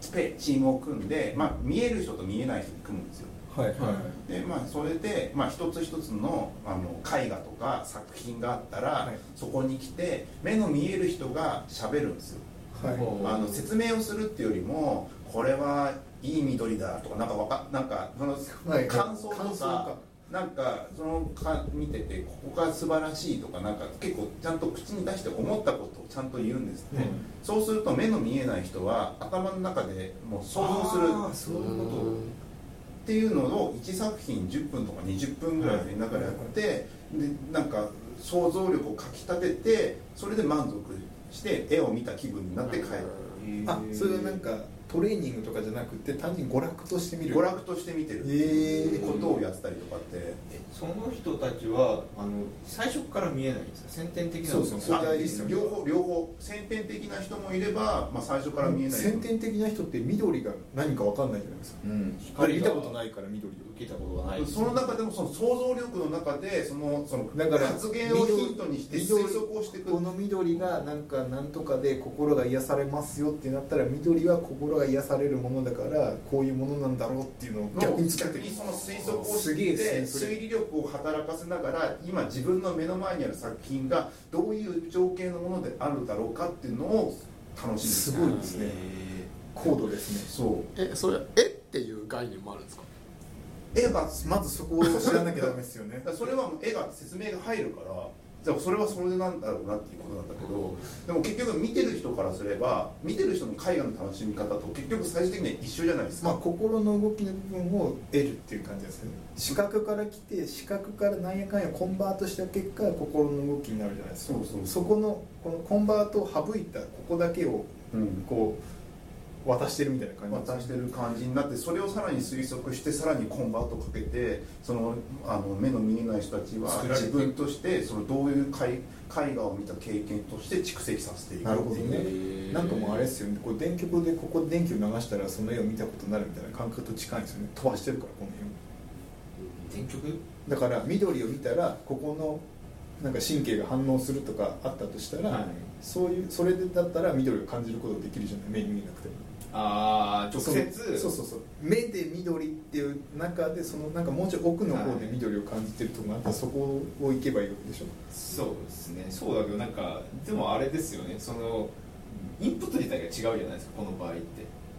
[SPEAKER 1] スペチームを組んで、まあ、見える人と見えない人で組むんですよ
[SPEAKER 3] はいはいはい
[SPEAKER 1] でまあ、それで、まあ、一つ一つのあの絵画とか作品があったら、
[SPEAKER 3] はい
[SPEAKER 1] そこに来て目の見える人がしゃべるんですよ
[SPEAKER 3] はい
[SPEAKER 4] こう
[SPEAKER 1] あの説明をするっていうよりもこれはいい緑だとかなんかわかなんかその
[SPEAKER 3] はい
[SPEAKER 1] 感想とか,、
[SPEAKER 3] 感想か
[SPEAKER 1] なんかそのか見ててここが素晴らしいとかなんか結構ちゃんと口に出して思ったことをちゃんと言うんですね、そうすると目の見えない人は頭の中でもう想像する
[SPEAKER 4] あーそういうこと
[SPEAKER 2] う
[SPEAKER 1] っていうのを1作品10分とか20分ぐらいの中でやって、でなんか想像力をかきたててそれで満足して絵を見た気分になって帰る、
[SPEAKER 3] あそれはなんかトレーニングとかじゃなくて単に娯楽として見る
[SPEAKER 1] 娯楽として見てるっていうことをやってたりとかって、
[SPEAKER 4] えその人たちはあの最初から見えないんですか先天的な
[SPEAKER 3] そうそう
[SPEAKER 4] の
[SPEAKER 3] それ大事ですよね
[SPEAKER 1] 両方両方先天的な人もいれば、まあ、最初から見えない人
[SPEAKER 3] 先天的な人って緑が何かわかんないじゃないですか
[SPEAKER 4] うん
[SPEAKER 3] あれ見たことないから緑を
[SPEAKER 4] 受けたことがない
[SPEAKER 1] その中でもその想像力の中でそのその
[SPEAKER 3] だから
[SPEAKER 1] 発言をヒントにして推測をしていく
[SPEAKER 3] この緑がなんかなんとかで心が癒されますよってなったら緑は心が癒されるものだからこういうものなんだろうっていうのを逆
[SPEAKER 1] 逆
[SPEAKER 3] に
[SPEAKER 1] に
[SPEAKER 3] 使ってる
[SPEAKER 1] その推測を
[SPEAKER 3] す
[SPEAKER 1] し
[SPEAKER 3] げえ
[SPEAKER 1] て
[SPEAKER 3] ですね
[SPEAKER 1] 推理力を働かせながら今自分の目の前にある作品がどういう情景のものであるだろうかっていうのを楽しむ
[SPEAKER 3] すごいですね高度ですね
[SPEAKER 1] そう
[SPEAKER 2] えそれ絵っていう概念もあるんですか
[SPEAKER 1] 絵が
[SPEAKER 3] まずそこを知らなきゃダメですよね
[SPEAKER 1] だ からそれはもう絵が説明が入るからじゃあそれはそれでなんだろうなっていうことなんだけどでも結局見てる人からすれば見てる人の絵画の楽しみ方と結局最終的には一緒じゃないですか、
[SPEAKER 3] まあ心の動きの部分を得るっていう感じですね視覚から来て視覚からなんやかんやコンバートした結果心の動きになるじゃないですか
[SPEAKER 1] そうそう
[SPEAKER 3] そこのこのコンバートを省いたここだけを
[SPEAKER 1] うん
[SPEAKER 3] こう渡してるみたいな感じ
[SPEAKER 1] 渡してる感じになってそれをさらに推測してさらにコンバートかけてそのあの目の見えない人たちは
[SPEAKER 4] 作られて
[SPEAKER 1] 自分としてそのどういう絵絵画を見た経験として蓄積させていく
[SPEAKER 3] なるほど
[SPEAKER 1] っていう
[SPEAKER 3] ねなんかもうあれですよねこう電極でここで電球流したらその絵を見たことになるみたいな感覚と近いんですよね飛ばしてるからこの
[SPEAKER 4] 電極
[SPEAKER 3] 辺だから緑を見たらここのなんか神経が反応するとかあったとしたら、
[SPEAKER 4] はい
[SPEAKER 3] そういうそれでだったら緑を感じることができるじゃない目に見えなくても
[SPEAKER 4] ああ直接
[SPEAKER 3] そうそうそう目で緑っていう中でそのなんかもうちょい奥の方で緑を感じてるとこがあったらそこを行けばいいわけでしょ
[SPEAKER 4] そうですねそうだけどなんかでもあれですよねそのインプット自体が違うじゃないですかこの場合って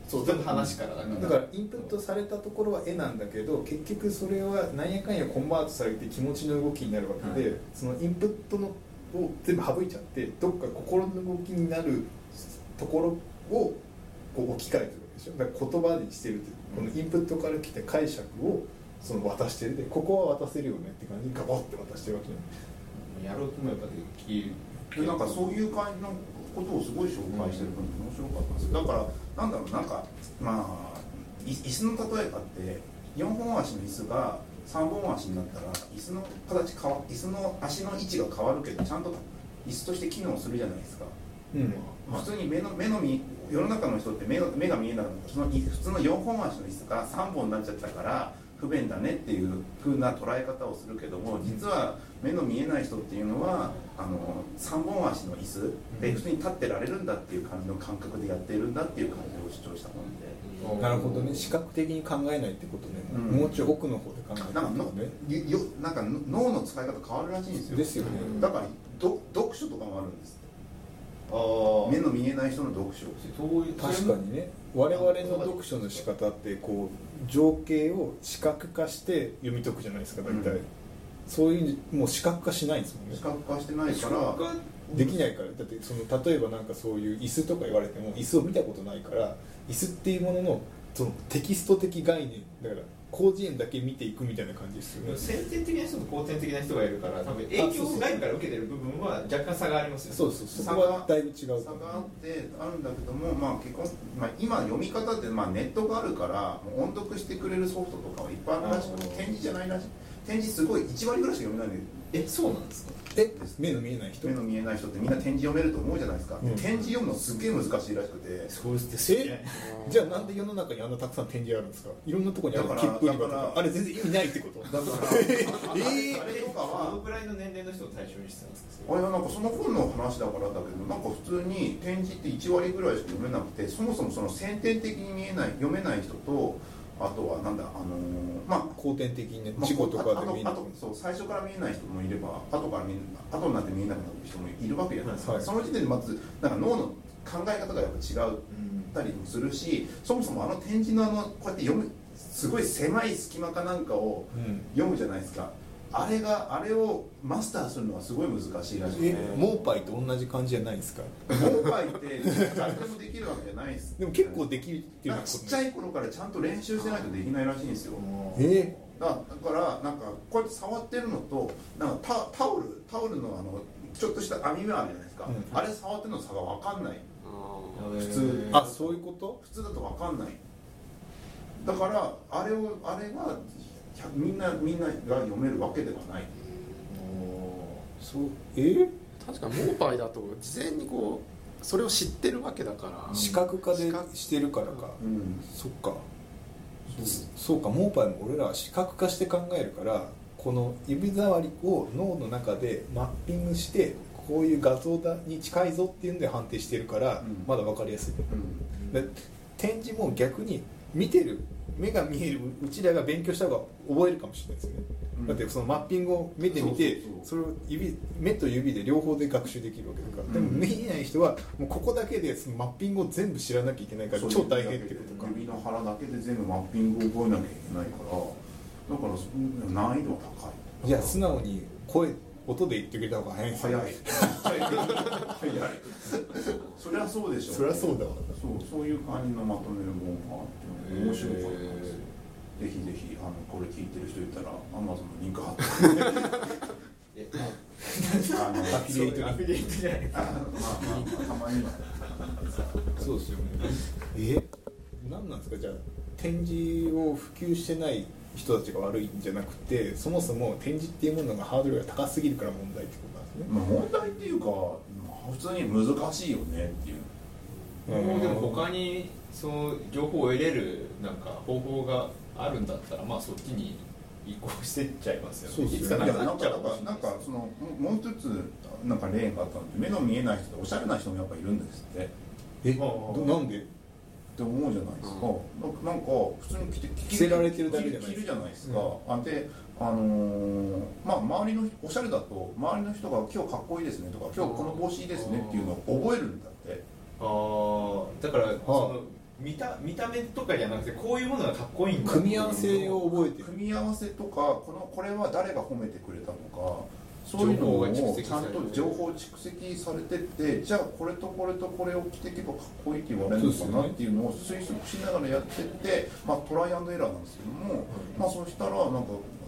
[SPEAKER 3] そう
[SPEAKER 4] 人の話からだから、
[SPEAKER 3] だからインプットされたところは絵なんだけど結局それはなんやかんやコンバートされて気持ちの動きになるわけで、
[SPEAKER 4] はい
[SPEAKER 3] そのインプットのを全部省いちゃってどっか心の動きになるところをこう置き換えてるわけでしょだから言葉にしてるってこのインプットから来た解釈をその渡してるでここは渡せるよねって感じにガボって渡してるわけじゃない
[SPEAKER 4] やろうと思えばできる
[SPEAKER 1] でなんかそういう感じのことをすごい紹介してる分面白かったんですよだからなんだろうなんかまあい椅子の例えばって4本足の椅子が3本足になったら椅子の形変わ椅子の足の位置が変わるけどちゃんと椅子として機能するじゃないですか
[SPEAKER 3] うん
[SPEAKER 1] 普通に目の目の見世の中の人って目が目が見えなくなったそのい普通の4本足の椅子が3本になっちゃったから不便だねっていう風な捉え方をするけども実は目の見えない人っていうのはあの3本足の椅子で普通に立ってられるんだっていう感じの感覚でやってるんだっていう感じを主張したもんで。
[SPEAKER 3] なるほどね視覚的に考えないってことね、
[SPEAKER 1] うん
[SPEAKER 3] もうちょい奥の方で考えてる
[SPEAKER 1] なんか
[SPEAKER 3] の
[SPEAKER 1] の
[SPEAKER 3] ね
[SPEAKER 1] よよなんかの脳の使い方変わるらしいんですよ
[SPEAKER 3] ですよね
[SPEAKER 1] だからど読書とかもあるんです
[SPEAKER 4] ああ
[SPEAKER 1] 目の見えない人の読書
[SPEAKER 4] そういう
[SPEAKER 3] 確かにね我々の読書の仕方ってこう情景を視覚化して読み解くじゃないですか大体、
[SPEAKER 1] うん
[SPEAKER 3] そういうもう視覚化しないんですもんね
[SPEAKER 1] 視覚化してないから
[SPEAKER 3] できないからだってその例えばなんかそういう椅子とか言われても椅子を見たことないから椅子っていうもののそのテキスト的概念だから広辞苑だけ見ていくみたいな感じですよね
[SPEAKER 4] 先天的な人と後天的な人がいるから多分影響を外部から受けてる部分は若干差がありますよね
[SPEAKER 3] そうそうそこはだいぶ違う
[SPEAKER 1] 差があってあるんだけども、まあ結婚まあ、今読み方って、まあ、ネットがあるからもう音読してくれるソフトとかはいっぱいあるらしくて
[SPEAKER 4] あー
[SPEAKER 1] 展示じゃないらしい展示すごい1割ぐらいしか読めないんで
[SPEAKER 4] えそうなんですか
[SPEAKER 3] え目の見えない人
[SPEAKER 1] 目の見えない人ってみんな展示読めると思うじゃないですか、で
[SPEAKER 3] うん
[SPEAKER 1] 展示読むのすっげえ難しいらしくて
[SPEAKER 4] そうです
[SPEAKER 3] えじゃあなんで世の中にあんなたくさん展示あるんですかいろんなとこにある
[SPEAKER 1] だから
[SPEAKER 3] 切符売り場と
[SPEAKER 1] だか
[SPEAKER 3] からあれ全然意味ないってこと
[SPEAKER 1] だからあれとか
[SPEAKER 4] その
[SPEAKER 1] は
[SPEAKER 4] ぐらい代の年齢の人を対象にしてたんですかそ
[SPEAKER 1] あ
[SPEAKER 4] れ
[SPEAKER 1] れはなんかその本の話だからだけどなんか普通に点字って1割ぐらいしか読めなくてそもそもその先天的に見えない読めない人とあとはなんだあのーまあ
[SPEAKER 3] 後天的にね
[SPEAKER 1] まあ
[SPEAKER 3] 事故とかでもいい
[SPEAKER 1] あ
[SPEAKER 3] の
[SPEAKER 1] とあとそう最初から見えない人もいれば後から見え後になって見えなくなる人もいるわけじゃないですか、
[SPEAKER 3] はい
[SPEAKER 1] その時点でまずなんか脳の考え方がやっぱ違う
[SPEAKER 4] うん
[SPEAKER 1] ったりもするしそもそもあの展示のあのこうやって読むすごい狭い隙間かなんかを
[SPEAKER 3] うん
[SPEAKER 1] 読むじゃないですかあれがあれをマスターするのはすごい難しいらしくて
[SPEAKER 3] えモーパイと同じ感じじゃないですか
[SPEAKER 1] モーパイって誰でもできるわけじゃないです
[SPEAKER 3] でも結構できるっていう
[SPEAKER 1] なん
[SPEAKER 3] のは
[SPEAKER 1] かちっちゃい頃からちゃんと練習してないとできないらしいんですよ
[SPEAKER 3] え
[SPEAKER 1] だだからなんかこうやって触ってるのとなんかタタオルタオルのあのちょっとした網目あるじゃないですか、
[SPEAKER 3] うん
[SPEAKER 1] あれ触ってるの差が分かんない
[SPEAKER 2] あ
[SPEAKER 1] 普通
[SPEAKER 3] あそういうこと
[SPEAKER 1] 普通だと分かんないだからあれをあれが100みんなみんなが読めるわけではない
[SPEAKER 2] ーうん
[SPEAKER 3] そうえ
[SPEAKER 2] 確かモーパイだと事前にこうそれを知ってるわけだから
[SPEAKER 3] 視覚化で
[SPEAKER 2] 視覚
[SPEAKER 3] してるからか
[SPEAKER 1] うん
[SPEAKER 3] そっかそうかモーパイも俺らは視覚化して考えるからこの指触りを脳の中でマッピングしてこういう画像だに近いぞっていうんで判定してるから、
[SPEAKER 1] うん
[SPEAKER 3] まだ分かりやすい
[SPEAKER 1] うん
[SPEAKER 3] で展示も逆に見てる目が見えるうちらが勉強した方が覚えるかもしれないですよね、
[SPEAKER 1] うん
[SPEAKER 3] だってそのマッピングを目で見
[SPEAKER 1] そ
[SPEAKER 3] て
[SPEAKER 1] うそうそう
[SPEAKER 3] それを指目と指で両方で学習できるわけだから、でも
[SPEAKER 1] うん
[SPEAKER 3] 見えない人はもうここだけでそのマッピングを全部知らなきゃいけないから
[SPEAKER 1] そう
[SPEAKER 3] 超大変っていうことか
[SPEAKER 1] 指の腹だけで全部マッピングを覚えなきゃいけないからだからそ難易度は高い
[SPEAKER 3] いや素直に声音で言ってくれた方が早いです
[SPEAKER 1] 早い早い早いそりゃそうでしょ
[SPEAKER 3] そりゃそうだわ
[SPEAKER 1] そうそういう感じのまとめる本があって面白かったですよぜひぜひあのこれ聞いてる人いたらアマゾンのリンク貼って
[SPEAKER 4] え
[SPEAKER 1] あの
[SPEAKER 3] アフィリエイト
[SPEAKER 4] アフィリエイトじゃない
[SPEAKER 1] まあまあまあたまには
[SPEAKER 3] そうですよねえ何なんですかじゃあ展示を普及してない人たちが悪いんじゃなくてそもそも展示っていうものがハードルが高すぎるから問題ってことなんですね
[SPEAKER 1] まあ問題っていうか普通に難しいよねっていう
[SPEAKER 4] もうでも他にその情報を得れるなんか方法があるんだったらまあそっちに移行してっちゃいますよね
[SPEAKER 3] そうですよね
[SPEAKER 4] いつかなく
[SPEAKER 1] な
[SPEAKER 4] なんっ
[SPEAKER 1] か
[SPEAKER 4] ちゃ
[SPEAKER 1] だ
[SPEAKER 4] う
[SPEAKER 1] からなんかそのももう一つなんか例があったんで目の見えない人でおしゃれな人もやっぱいるんですってっ
[SPEAKER 3] え
[SPEAKER 4] ああ
[SPEAKER 3] どなんで
[SPEAKER 1] て思うじゃないですか、なんか普通に着て
[SPEAKER 3] 着せられてるだけじゃない
[SPEAKER 1] 着るじゃないですか、あであのーまあ周りのおしゃれだと周りの人が「今日かっこいいですね」とか「今日この帽子いいですね」っていうのを覚えるんだって
[SPEAKER 4] ああだからその見た見た目とかじゃなくてこういうものがかっこいいんだ
[SPEAKER 3] 組み合わせを覚えてる
[SPEAKER 1] 組み合わせとかこのこれは誰が褒めてくれたのかそういうのを
[SPEAKER 4] 情報が蓄積
[SPEAKER 1] ちゃん
[SPEAKER 4] されて
[SPEAKER 1] と情報蓄積されてってじゃあこれとこれとこれを着ていけばかっこいいって言われるのかなっていうのを推測しながらやってって、まあ、トライアンドエラーなんですけども、まあ、そうしたらなんか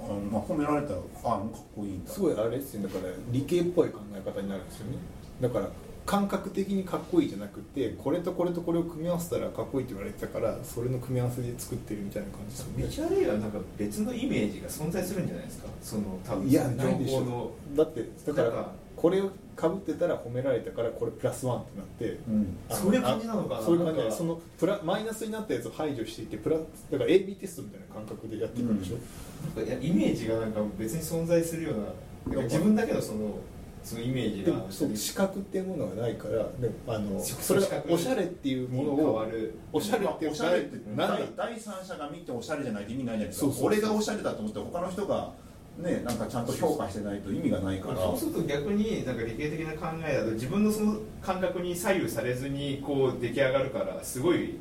[SPEAKER 1] あの、まあ、褒められたらあもうかっこいいんだ
[SPEAKER 3] すごいあれですよねだから理系っぽい考え方になるんですよねだから感覚的にかっこいいじゃなくてこれとこれとこれを組み合わせたらかっこいいって言われてたからそれの組み合わせで作ってるみたいな感じですよね
[SPEAKER 4] メジャーレイはなんか別のイメージが存在するんじゃないですかその多分
[SPEAKER 3] いや
[SPEAKER 4] その
[SPEAKER 3] ないでし
[SPEAKER 4] 情報の
[SPEAKER 3] ょだってだか
[SPEAKER 4] なんから
[SPEAKER 3] これをかぶってたら褒められたからこれプラスワンってなって
[SPEAKER 1] うん
[SPEAKER 3] あの
[SPEAKER 4] そういう感じなのかな
[SPEAKER 3] あそういう感じ
[SPEAKER 4] なんか
[SPEAKER 3] そのプラマイナスになったやつを排除していってプラだから AB テストみたいな感覚でやっていくんでしょ、
[SPEAKER 1] うん
[SPEAKER 4] なんかいやイメージがなんか別に存在するようななんか自分だけのそのそのイメージ
[SPEAKER 3] で
[SPEAKER 4] が
[SPEAKER 3] もそう視覚っていうものがないからでもあの
[SPEAKER 4] そう
[SPEAKER 3] それ
[SPEAKER 4] 視
[SPEAKER 3] が
[SPEAKER 4] 覚
[SPEAKER 3] おしゃれっていうもの
[SPEAKER 4] 変わ
[SPEAKER 3] を
[SPEAKER 4] る
[SPEAKER 3] おしゃれっていう
[SPEAKER 1] おしゃれって
[SPEAKER 3] なんだ
[SPEAKER 1] 第第三者が見ておしゃれじゃないと意味ないじゃないですか
[SPEAKER 3] そうそうそう
[SPEAKER 1] 俺がおしゃれだと思って他の人がねなんかちゃんと評価してないと意味がないから
[SPEAKER 4] そうすると逆になんか理系的な考えだと自分のその感覚に左右されずにこう出来上がるからすごい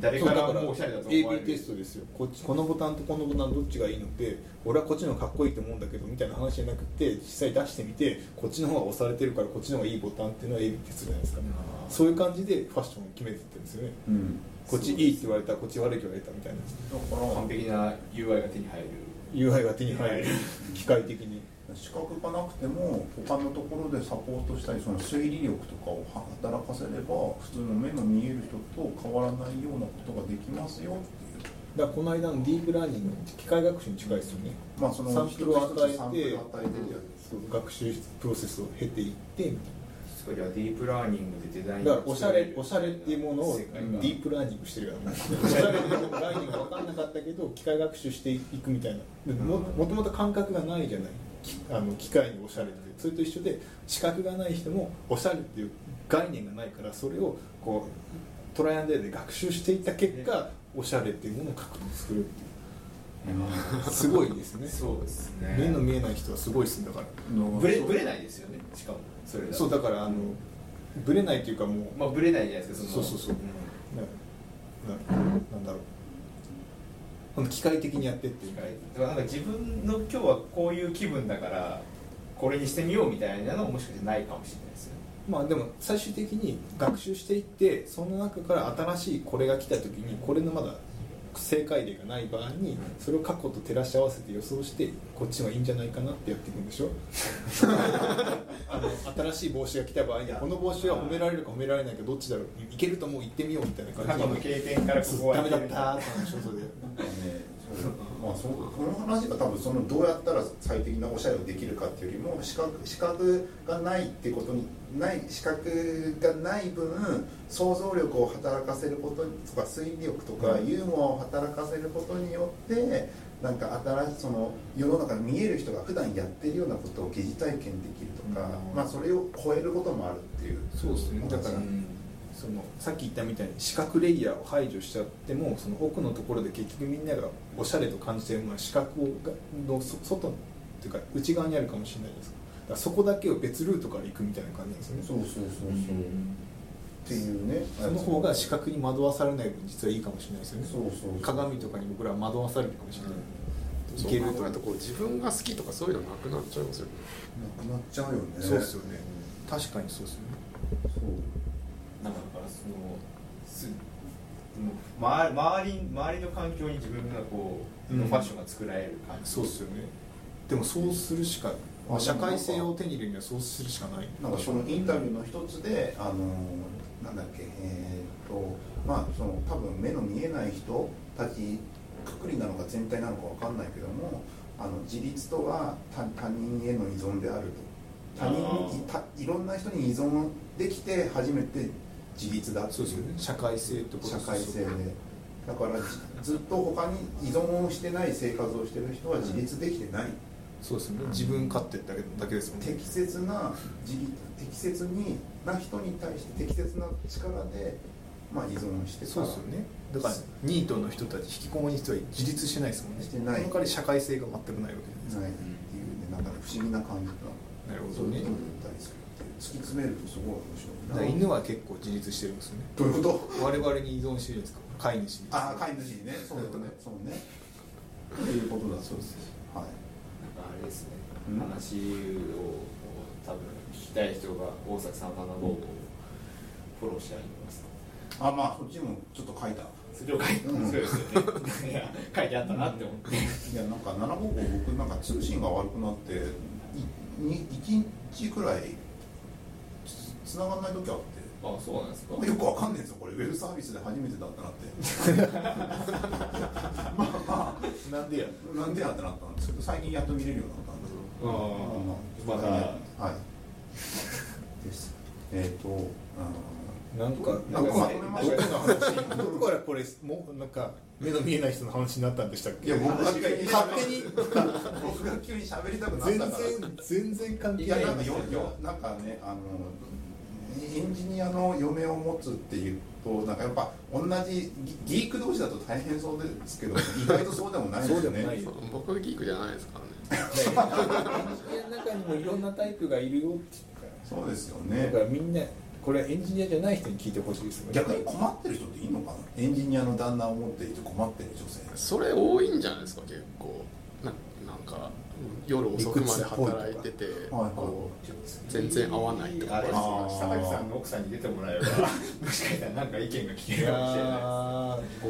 [SPEAKER 4] 誰
[SPEAKER 3] そう
[SPEAKER 4] か
[SPEAKER 3] だ
[SPEAKER 4] ら
[SPEAKER 3] から
[SPEAKER 4] もうおしゃれだと思われ
[SPEAKER 3] AB
[SPEAKER 4] る
[SPEAKER 3] テストですよこっちこのボタンとこのボタンどっちがいいのって俺はこっちの方がかっこいいと思うんだけどみたいな話じゃなくて実際出してみてこっちの方が押されてるからこっちの方がいいボタンっていうのは AB テストじゃないですか、
[SPEAKER 4] あー
[SPEAKER 3] そういう感じでファッションを決めてってるんですよね
[SPEAKER 1] うん
[SPEAKER 3] こっちいいって言われたこっち悪いって言われたみたいな
[SPEAKER 1] だから
[SPEAKER 4] 完璧な UI が手に入る
[SPEAKER 3] UI が手に入る機械的に
[SPEAKER 1] 資格がなくても他のところでサポートしたりその推理力とかを働かせれば普通の目の見える人と変わらないようなことができますよっていう
[SPEAKER 3] だからこの間のディープラーニングの機械学習に近いですよね、
[SPEAKER 1] まあその
[SPEAKER 3] サンプルを与えて
[SPEAKER 1] サンプルを与えてってや
[SPEAKER 3] そう学習プロセスを経ていってみたい
[SPEAKER 4] それはディープラーニングでデザイ
[SPEAKER 3] な
[SPEAKER 4] ン
[SPEAKER 3] だからおしゃれおしゃれっていうものをデ
[SPEAKER 4] 世
[SPEAKER 3] ィ
[SPEAKER 4] 界が
[SPEAKER 3] ープラーニングしてるよ うなもんおしゃれっていうラーニング分かんなかったけど機械学習していくみたいなでももともと感覚がないじゃないきあの機械におしゃれってそれと一緒で資格がない人もおしゃれっていう概念がないからそれをこうトライアンドエラーで学習していった結果おしゃれっていうものを獲得するっていうすごいですね
[SPEAKER 4] そうですね
[SPEAKER 3] 目の見えない人はすごいですねだから
[SPEAKER 4] ブレブレないですよねしかもそれだと
[SPEAKER 3] そうだからあのブレないというかもう
[SPEAKER 4] まあブレないじゃないですかの
[SPEAKER 3] そうそうそうんなななんだろうほんと機械的にやってっていう
[SPEAKER 4] だからなんか自分の今日はこういう気分だからこれにしてみようみたいなのはもしかしてないかもしれないですよね
[SPEAKER 3] まあでも最終的に学習していってその中から新しいこれが来た時にこれのまだ正解例がない場合にそれを過去と照らし合わせて予想してこっちはいいんじゃないかなってやっていくんでしょ あの新しい帽子が来た場合にこの帽子は褒められるか褒められないかどっちだろういけるともう行ってみようみたいな
[SPEAKER 4] 過
[SPEAKER 3] 感
[SPEAKER 4] 去の
[SPEAKER 3] じで
[SPEAKER 4] 経験からここは
[SPEAKER 3] ダ
[SPEAKER 4] い
[SPEAKER 3] メ
[SPEAKER 4] け
[SPEAKER 3] だ
[SPEAKER 4] る
[SPEAKER 3] っ
[SPEAKER 4] み
[SPEAKER 3] た
[SPEAKER 4] いな
[SPEAKER 3] ーって話をそれで
[SPEAKER 1] まあ、そこの話が多分そのどうやったら最適なおしゃれをできるかっていうよりも資格資格がないってことにない資格がない分想像力を働かせることとか推理力とかユーモアを働かせることによってなんか新しいその世の中に見える人が普段やってるようなことを疑似体験できるとか、
[SPEAKER 3] うん
[SPEAKER 1] まあ、それを超えることもあるっていう
[SPEAKER 3] そうですねだから
[SPEAKER 4] うん
[SPEAKER 3] そのさっき言ったみたいに視覚レイヤーを排除しちゃってもその奥のところで結局みんながおしゃれと感じてるのは視覚をがのそ外っていうか内側にあるかもしれないですだからそこだけを別ルートから行くみたいな感じなんですよね
[SPEAKER 1] そうそうそうそう、っていうね
[SPEAKER 3] その方が視覚に惑わされない分実はいいかもしれないですよね
[SPEAKER 1] そうそうそう
[SPEAKER 3] 鏡とかに僕らは惑わされるかもしれない、い
[SPEAKER 2] そう
[SPEAKER 3] ける
[SPEAKER 2] 考
[SPEAKER 3] と
[SPEAKER 2] えるとこう自分が好きとかそういうのなくなっちゃいますよね
[SPEAKER 1] なくなっちゃうよね
[SPEAKER 3] そうっすよね確かにそうですよね
[SPEAKER 1] そう
[SPEAKER 4] なんかだからそのすもう周り周り周りの環境に自分がこう、
[SPEAKER 3] うん
[SPEAKER 4] ファッションが作られる感じ
[SPEAKER 3] そうっすよねでもそうするしか、まあ、
[SPEAKER 1] あ
[SPEAKER 3] 社会性を手に入れるにはそうするしかない
[SPEAKER 1] なんかそのインタビューの一つで、あのーなんだっけ、えー、と、まあ、その多分目の見えない人たち、くくりなのか全体なのかわかんないけども、あの自立とは他他人への依存であると、他人にたいろんな人に依存できて初めて自立だって
[SPEAKER 3] そ
[SPEAKER 1] いう
[SPEAKER 3] ですよね社会性ってこと
[SPEAKER 1] 社会性
[SPEAKER 3] で
[SPEAKER 1] で。だからじずっと他に依存をしてない生活をしてる人は自立できてない、
[SPEAKER 3] そうですね自分勝手だけだけですもんね
[SPEAKER 1] 適切な自立適切にな人に対して適切な力で、まあ、依存してた
[SPEAKER 3] そう
[SPEAKER 1] ら
[SPEAKER 3] ですよねだからニートの人たち引きこもりの人は自立してないですもんね
[SPEAKER 1] してない
[SPEAKER 3] その代わり社会性が全くないわけじゃな
[SPEAKER 1] ない
[SPEAKER 3] いですか
[SPEAKER 1] っていうねなんかね不思議な感じが
[SPEAKER 3] なるほ
[SPEAKER 1] そ
[SPEAKER 3] ど
[SPEAKER 1] うい
[SPEAKER 3] ね
[SPEAKER 1] うところに行ったりするっていう突き詰めるとすごい面白
[SPEAKER 3] だから
[SPEAKER 1] いな
[SPEAKER 3] 犬は結構自立してるんですよね
[SPEAKER 1] どういうこと
[SPEAKER 3] 我々に依存してるんですか飼い主に
[SPEAKER 1] ああ飼い主にねそうだよねそうねっていうことだそうですはい
[SPEAKER 4] なんかあれですね、
[SPEAKER 1] うん
[SPEAKER 4] 話を多分聞きたい人が大崎さん学ぼうをフォローしてあげます
[SPEAKER 1] あまあそっちもちょっと書いた
[SPEAKER 4] それを書いて、
[SPEAKER 1] うん
[SPEAKER 4] そうですよねいや 書いてあったなって思って、
[SPEAKER 1] いやなんか7号校僕なんか通信が悪くなっていに1日くらいつ繋がんない時あって
[SPEAKER 4] あそうなんですか
[SPEAKER 1] よくわかんないですよこれウェブサービスで初めてだったなってま あま
[SPEAKER 3] なんでや
[SPEAKER 1] あなんでやってなったんですけど最近やっと見れるようになったんだけど
[SPEAKER 4] あま
[SPEAKER 1] あ
[SPEAKER 4] た、
[SPEAKER 1] あはいですえっ、と
[SPEAKER 3] なんか
[SPEAKER 1] あのなんかまとめまし
[SPEAKER 4] ど
[SPEAKER 1] た
[SPEAKER 4] こ
[SPEAKER 3] どこからこれもうなんか目の見えない人の話になったんでしたっけ
[SPEAKER 1] いや僕が
[SPEAKER 4] 話が
[SPEAKER 1] 勝手に僕が急に喋りたくなった
[SPEAKER 3] 全然
[SPEAKER 1] から
[SPEAKER 3] 全然関係
[SPEAKER 1] い
[SPEAKER 3] な
[SPEAKER 1] や
[SPEAKER 3] い
[SPEAKER 1] なんかよよなんかねあのエンジニアの嫁を持つっていうとなんかやっぱ同じギギーク同士だと大変そうですけど意外とそうでもないですね
[SPEAKER 3] そうでもないよ
[SPEAKER 2] そう僕ギークじゃないですからね
[SPEAKER 3] エンジニアの中にもいろんなタイプがいるよって言うか
[SPEAKER 1] そうですよ
[SPEAKER 3] ら
[SPEAKER 1] ね
[SPEAKER 3] だからみんなこれはエンジニアじゃない人に聞いてほしいですよね
[SPEAKER 1] 逆に困ってる人っていいのかなエンジニアの旦那を持っていて困ってる女性
[SPEAKER 2] それ多いんじゃないですか結構ななんか夜遅くまで働いてて
[SPEAKER 1] ぽいとか
[SPEAKER 2] こう全然合わないとか
[SPEAKER 4] あれですよ
[SPEAKER 1] あー
[SPEAKER 4] 下崎さんの奥さんに出てもら えばもしかしたらなんか意見が聞け
[SPEAKER 3] い
[SPEAKER 4] る
[SPEAKER 3] や
[SPEAKER 4] かもしれない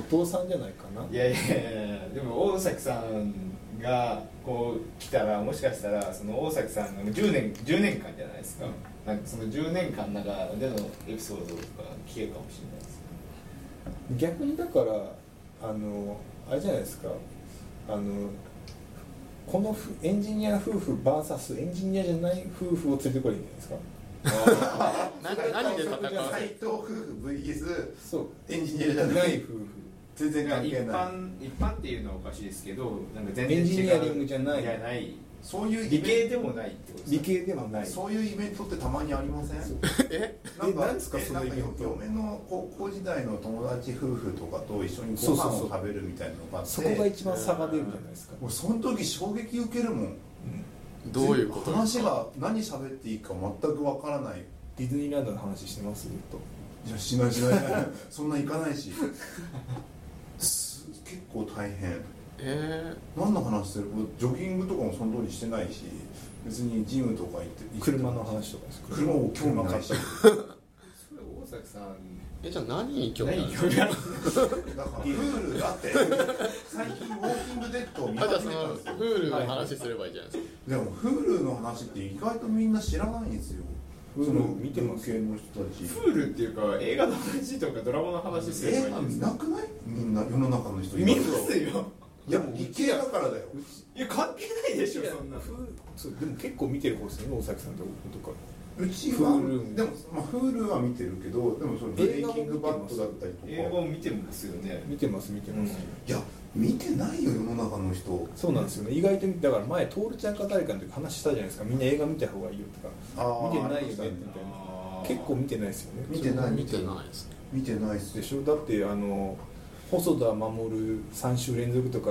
[SPEAKER 3] ー後藤さんじゃないかない
[SPEAKER 4] やいやいやいやでも大崎さんがこう来たらもしかしたらその大崎さんの10年10年間じゃないですか、なんかその10年間の中でのエピソードとか聞けるかもしれないです
[SPEAKER 3] 逆にだからあのあれじゃないですかあのこのふエンジニア夫婦 VS エンジニアじゃない夫婦を連れてこればいいんじゃないですか
[SPEAKER 2] 何何で戦う
[SPEAKER 1] 斎藤夫婦 VS
[SPEAKER 3] そう
[SPEAKER 1] エンジニアじゃな
[SPEAKER 3] な
[SPEAKER 1] い
[SPEAKER 3] い夫婦
[SPEAKER 1] 全然関
[SPEAKER 4] 一
[SPEAKER 1] 係ない
[SPEAKER 4] 般一般っていうのはおかしいですけどなんか全
[SPEAKER 3] エン
[SPEAKER 4] 然違う
[SPEAKER 3] ジニアリングじゃない
[SPEAKER 4] じゃない
[SPEAKER 1] そういうイベ
[SPEAKER 4] 理
[SPEAKER 1] ント
[SPEAKER 4] 系でもないってこと
[SPEAKER 3] 理
[SPEAKER 4] ですか
[SPEAKER 3] 系ではない
[SPEAKER 1] そういうイベントってたまにありません
[SPEAKER 2] え
[SPEAKER 1] なん
[SPEAKER 3] え
[SPEAKER 1] か
[SPEAKER 3] なんですか
[SPEAKER 1] え
[SPEAKER 3] そのイベント
[SPEAKER 1] なんか嫁の高校時代の友達夫婦とかと一緒にご飯
[SPEAKER 3] そうそうそ
[SPEAKER 1] を
[SPEAKER 3] う
[SPEAKER 1] 食べるみたいなのがあって
[SPEAKER 3] そこが一番差が出るじゃないですか
[SPEAKER 1] 俺その時衝撃受けるもん
[SPEAKER 2] どういうことです
[SPEAKER 1] 話
[SPEAKER 2] か
[SPEAKER 1] が何喋っていいか全くわからない
[SPEAKER 3] ディズニーランドの話してますずっと
[SPEAKER 1] いやしないしない そんな行かないしす結構大変
[SPEAKER 2] え
[SPEAKER 1] 何の話するジョギングとかもその通りしてないし別にジムとか行って行って
[SPEAKER 3] 車の話とかです
[SPEAKER 1] 車を興味ないし
[SPEAKER 4] それ大崎さん
[SPEAKER 2] ーえじゃあ何に興味ある
[SPEAKER 4] 何
[SPEAKER 2] んですか
[SPEAKER 4] 興味ある
[SPEAKER 1] だからプールだって最近ウォーキングデッドを見
[SPEAKER 2] あじゃあ
[SPEAKER 1] 始
[SPEAKER 2] そ
[SPEAKER 1] めたんですよ
[SPEAKER 2] のフールの話すればいいじゃないですか
[SPEAKER 1] でも Hulu の話って意外とみんな知らないんですよ
[SPEAKER 3] Hulu
[SPEAKER 1] その
[SPEAKER 3] 見てます
[SPEAKER 1] 文系の人たち
[SPEAKER 4] プールっていうか映画の話とかドラマの話すれば
[SPEAKER 1] 映
[SPEAKER 4] い
[SPEAKER 1] 画
[SPEAKER 4] いんで
[SPEAKER 1] 見
[SPEAKER 4] す
[SPEAKER 1] な
[SPEAKER 4] か
[SPEAKER 1] くないみんな世の中の人
[SPEAKER 4] 見ますよ
[SPEAKER 1] いや理系だからだよ
[SPEAKER 4] いや関係ないでしょそんなの
[SPEAKER 3] そうでも結構見てる方ですね大崎さんとか
[SPEAKER 1] うちは
[SPEAKER 3] Hulu
[SPEAKER 1] でも、まあ、Hulu は見てるけどでもそのブレイキングバットだったりと
[SPEAKER 4] 映画を
[SPEAKER 1] か
[SPEAKER 4] 見てますよね
[SPEAKER 3] 見てます見てます、
[SPEAKER 1] いや見てないよ世の中の人
[SPEAKER 3] そうなんですよね意外とだから前徹ちゃんか誰かの時話したじゃないですかみんな映画見た方がいいよとか
[SPEAKER 1] あー
[SPEAKER 3] 見てないよねってみたいな
[SPEAKER 4] あー
[SPEAKER 3] 結構見てないですよね
[SPEAKER 1] 見てない
[SPEAKER 2] 見てないですね
[SPEAKER 1] 見てないっす
[SPEAKER 3] でしょだってあの細田守3週連続とか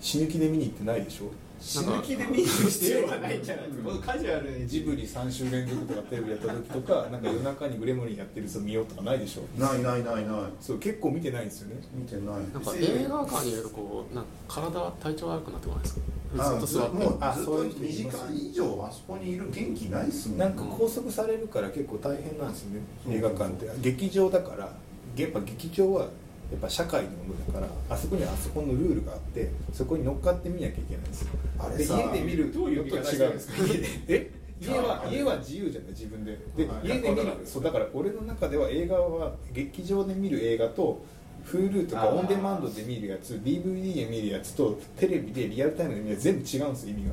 [SPEAKER 3] 死ぬ気で見に行ってないでしょ
[SPEAKER 4] 死ぬ気で見る必要はないんじゃないですかもうカジュアルに
[SPEAKER 3] ジブリ3週連続とかテレビやった時とかなんか夜中にグレムリンやってるやつを見ようとかないでしょ
[SPEAKER 1] ないないないない
[SPEAKER 3] そう結構見てないんですよね
[SPEAKER 1] 見てない
[SPEAKER 2] なんか映画館にいるとこうなんか体体調悪くなってこないですか
[SPEAKER 1] あ
[SPEAKER 2] ずっと座って
[SPEAKER 1] もう
[SPEAKER 3] あ
[SPEAKER 1] ずっ
[SPEAKER 3] そう
[SPEAKER 1] と
[SPEAKER 3] いう
[SPEAKER 1] 2時
[SPEAKER 3] 人います
[SPEAKER 1] 間以上あそこにいる元気ないっすもん
[SPEAKER 3] なんか拘束されるから結構大変なんですよね
[SPEAKER 1] そう
[SPEAKER 3] 映画館って劇場だからやっぱ劇場はやっぱ社会のものだからあそこにはあそこのルールがあってそこに乗っかってみなきゃいけないんですよ
[SPEAKER 1] あれ
[SPEAKER 3] で
[SPEAKER 1] さ
[SPEAKER 3] 家で見る
[SPEAKER 4] どういう見方してるんですか家で
[SPEAKER 3] え
[SPEAKER 4] い
[SPEAKER 3] 家
[SPEAKER 4] や
[SPEAKER 3] は
[SPEAKER 4] あれ
[SPEAKER 3] 家は自由じゃない自分でで
[SPEAKER 1] はい
[SPEAKER 3] 家で見
[SPEAKER 4] いや
[SPEAKER 3] る
[SPEAKER 4] わかる
[SPEAKER 3] そうだから俺の中では映画は劇場で見る映画と Hulu とか
[SPEAKER 4] あー
[SPEAKER 3] オンデマンドで見るやつ DVD で見るやつとテレビでリアルタイムで見るやつ全部違うんですよ意味が。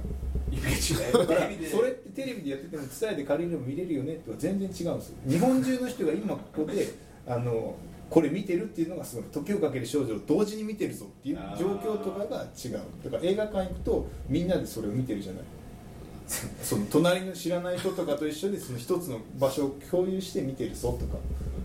[SPEAKER 3] だからそれってテレビでやってても伝えで借りれば見れるよねって全然違うんですよ日本中の人が今ここであのこれ見てるっていうのがすごい時をかける少女を同時に見てるぞっていう状況とかが違うだから映画館行くとみんなでそれを見てるじゃない その隣の知らない人とかと一緒でその一つの場所を共有して見てるぞとか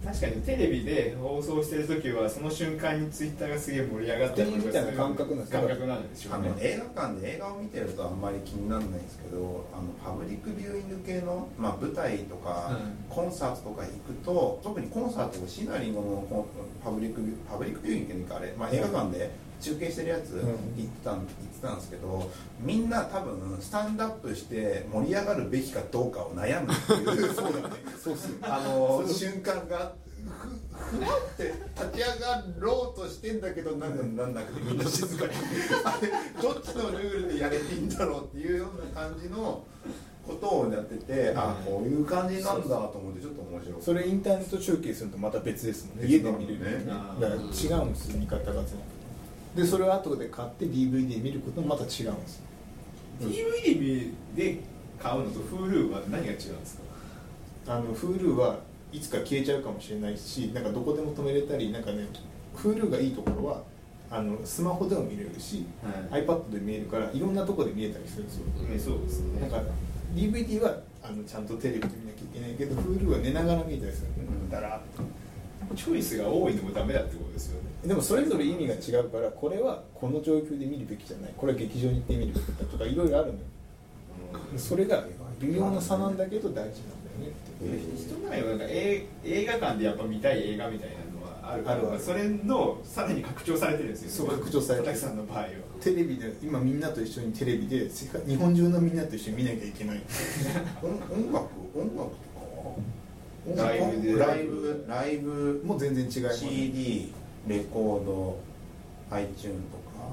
[SPEAKER 4] 確かにテレビで放送してる時はその瞬間にツイッターがすげえ盛り上がって
[SPEAKER 3] みたいな感覚なんですか
[SPEAKER 4] 感覚なんでしょ
[SPEAKER 1] あ
[SPEAKER 4] うね
[SPEAKER 1] の映画館で映画を見てるとあんまり気にならないんですけどあのパブリックビューイング系の、まあ、舞台とか
[SPEAKER 4] う
[SPEAKER 1] コンサートとか行くと特にコンサートとかシナリオのこうパブリックビューパブリックビューイングっていうかあれ、まあ、映画館で中継してるやつ
[SPEAKER 3] うん
[SPEAKER 1] 行ってたん行ってたんですけどみんな多分スタンドアップして盛り上がるべきかどうかを悩むっていうそうだね
[SPEAKER 3] そうっすよ
[SPEAKER 1] あの瞬間がふふわって立ち上がろうとしてんだけどなんかなんなくてみんな静かにあれどっちのルールでやれていいんだろうっていうような感じのことをやっててあこういう感じなんだと思ってちょっと面白い
[SPEAKER 3] それインターネット中継するとまた別ですもんね家
[SPEAKER 1] 別な
[SPEAKER 3] で
[SPEAKER 1] のね
[SPEAKER 3] 見れるよね
[SPEAKER 4] あー
[SPEAKER 3] だから違うんですよ見方が全部でそれを後で買って DVD で見ることもまた違うんですよ
[SPEAKER 4] DVD で買うのと Hulu は何が違うんですか
[SPEAKER 3] あの Hulu はいつか消えちゃうかもしれないしなんかどこでも止めれたりなんかね Hulu がいいところはあのスマホでも見れるし、
[SPEAKER 4] は
[SPEAKER 3] iPad で見えるからいろんなとこで見えたりするんですよ、
[SPEAKER 4] ねそうですね
[SPEAKER 3] なんか DVD はあのちゃんとテレビで見なきゃいけないけど Hulu は寝ながら見えたりする
[SPEAKER 1] うん
[SPEAKER 3] だらーっと
[SPEAKER 4] チョイスが多いのもダメだってことですよね
[SPEAKER 3] でもそれぞれ意味が違うからこれはこの状況で見るべきじゃないこれは劇場に行って見るべきだとかいろいろあるのよそれが微妙な差なんだけど大事なんだよねっていう
[SPEAKER 4] 人前はなんか映映画館でやっぱ見たい映画みたいなのはあるから
[SPEAKER 3] あるある
[SPEAKER 4] それのさらに拡張されてるんですよね
[SPEAKER 3] そう拡張されてる
[SPEAKER 4] 佐々木さんの場合は
[SPEAKER 3] テレビで今みんなと一緒にテレビで世界日本中のみんなと一緒に見なきゃいけない
[SPEAKER 1] 音音楽音楽とかは
[SPEAKER 4] ライブで
[SPEAKER 1] ライブライブ
[SPEAKER 3] もう全然違います、
[SPEAKER 1] CD レコード iTune とか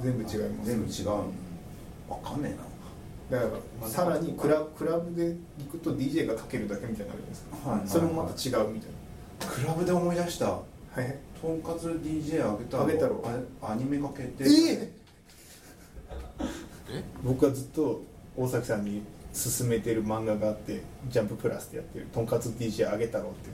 [SPEAKER 3] 全部違います
[SPEAKER 1] 全部違うのわかんねえな
[SPEAKER 3] だからさらにクラクラブで行くと DJ がかけるだけみたいになるじゃないですか、
[SPEAKER 1] はい
[SPEAKER 3] それもまた違うみたい
[SPEAKER 1] クラブで思い出した
[SPEAKER 3] なはい
[SPEAKER 1] とんかつ DJ あげたろ
[SPEAKER 3] あげたろ
[SPEAKER 1] あアニメ化決定
[SPEAKER 3] え
[SPEAKER 2] え
[SPEAKER 3] 僕はずっと大崎さんに勧めてる漫画があって「ジャンププラス」でやってる「とんかつ DJ あげ太郎」 っていう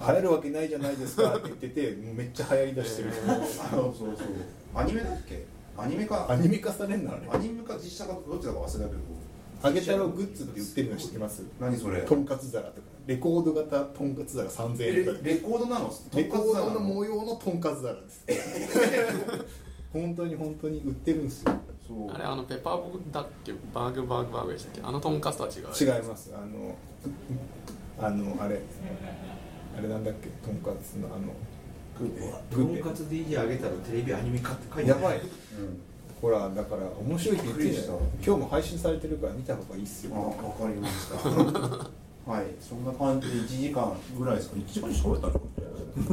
[SPEAKER 3] 流行るわけないじゃないですかって言っててもうめっちゃ流行りだしてる、
[SPEAKER 1] あそうそうそうアニメだっけアニメか
[SPEAKER 3] アニメ化されんのあれ
[SPEAKER 1] アニメか実写かどっちだか忘れたけど
[SPEAKER 5] あげ太郎グッズって売ってるの知ってます
[SPEAKER 1] 何それ
[SPEAKER 5] とんかつ皿とかレコード型とんかつ皿3000円
[SPEAKER 1] え
[SPEAKER 5] とかで
[SPEAKER 1] レコードなの
[SPEAKER 5] レコードの模
[SPEAKER 1] う
[SPEAKER 5] 様のとんかつ皿 です本当に本当に売ってるんですよ
[SPEAKER 1] そう
[SPEAKER 2] あれあのペッパーボールだっけバーグバーグバーグでしたっけあのトンカツとは違う
[SPEAKER 5] 違いますあのあのあれあれなんだっけとんかつのあの
[SPEAKER 1] クーペ
[SPEAKER 5] グ
[SPEAKER 6] と
[SPEAKER 5] ッ
[SPEAKER 6] ん
[SPEAKER 5] ペ
[SPEAKER 6] かつ DJ あげたらテレビアニメ化って書いて
[SPEAKER 5] や
[SPEAKER 6] ある
[SPEAKER 5] ばい
[SPEAKER 1] うん
[SPEAKER 5] ほらだから面白いって言ってるじゃん
[SPEAKER 1] びっくりし
[SPEAKER 5] 今日も配信されてるから見た方がいいっす
[SPEAKER 1] あ
[SPEAKER 5] よ
[SPEAKER 1] わかりました はいそんな感じで1時間ぐらいですか1時間喋ったの
[SPEAKER 5] と